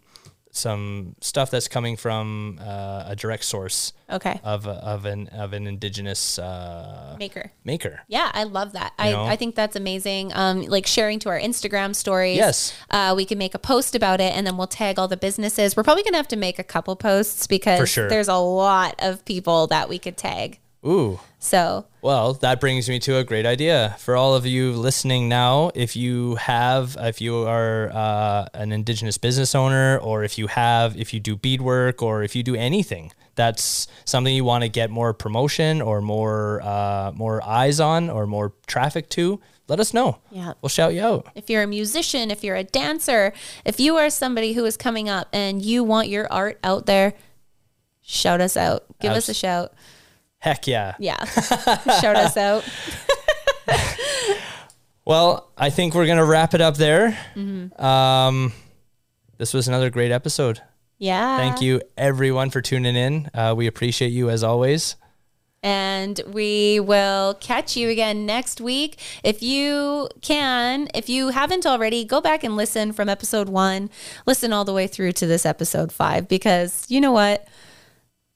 [SPEAKER 1] some stuff that's coming from uh, a direct source
[SPEAKER 2] okay
[SPEAKER 1] of of an of an indigenous uh,
[SPEAKER 2] maker
[SPEAKER 1] maker.
[SPEAKER 2] yeah i love that
[SPEAKER 1] You know?
[SPEAKER 2] I, I think that's amazing um, like sharing to our instagram stories
[SPEAKER 1] Yes.
[SPEAKER 2] uh, we can make a post about it and then we'll tag all the businesses. We're probably going to have to make a couple posts
[SPEAKER 1] For
[SPEAKER 2] because
[SPEAKER 1] sure.
[SPEAKER 2] there's a lot of people that we could tag.
[SPEAKER 1] Ooh.
[SPEAKER 2] So,
[SPEAKER 1] Well, that brings me to a great idea for all of you listening now. If you have, if you are uh, an Indigenous business owner, or if you have, if you do beadwork, or if you do anything that's something you want to get more promotion or more uh, more eyes on or more traffic to, let us know.
[SPEAKER 2] Yeah.
[SPEAKER 1] we'll shout you out.
[SPEAKER 2] if you're a musician, if you're a dancer, if you are somebody who is coming up and you want your art out there, shout us out. Give us a
[SPEAKER 1] Abs-
[SPEAKER 2] shout.
[SPEAKER 1] Heck yeah.
[SPEAKER 2] Yeah.
[SPEAKER 1] [laughs]
[SPEAKER 2] shout us out.
[SPEAKER 1] Well, I think we're gonna wrap it up there.
[SPEAKER 2] Mm-hmm.
[SPEAKER 1] Um, this was another great episode.
[SPEAKER 2] Yeah.
[SPEAKER 1] Thank you, everyone, for tuning in. Uh, we appreciate you as always.
[SPEAKER 2] And we will catch you again next week. If you can, if you haven't already, go back and listen from episode one. Listen all the way through to this episode five because you know what?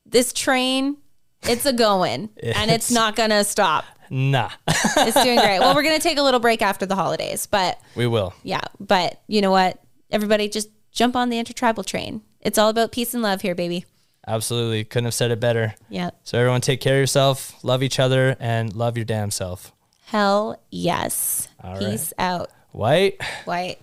[SPEAKER 2] This train, it's
[SPEAKER 1] [laughs]
[SPEAKER 2] a going and it's not going to stop.
[SPEAKER 1] Nah. [laughs]
[SPEAKER 2] It's doing great. Well, we're going to take a little break after the holidays, but
[SPEAKER 1] We will.
[SPEAKER 2] yeah, but you know what? Everybody just jump on the intertribal train. It's all about peace and love here, baby.
[SPEAKER 1] Absolutely. Couldn't have said it better.
[SPEAKER 2] Yeah.
[SPEAKER 1] So, everyone, take care of yourself, love each other, and love your damn self.
[SPEAKER 2] Hell yes.
[SPEAKER 1] All right.
[SPEAKER 2] peace out.
[SPEAKER 1] White.
[SPEAKER 2] White.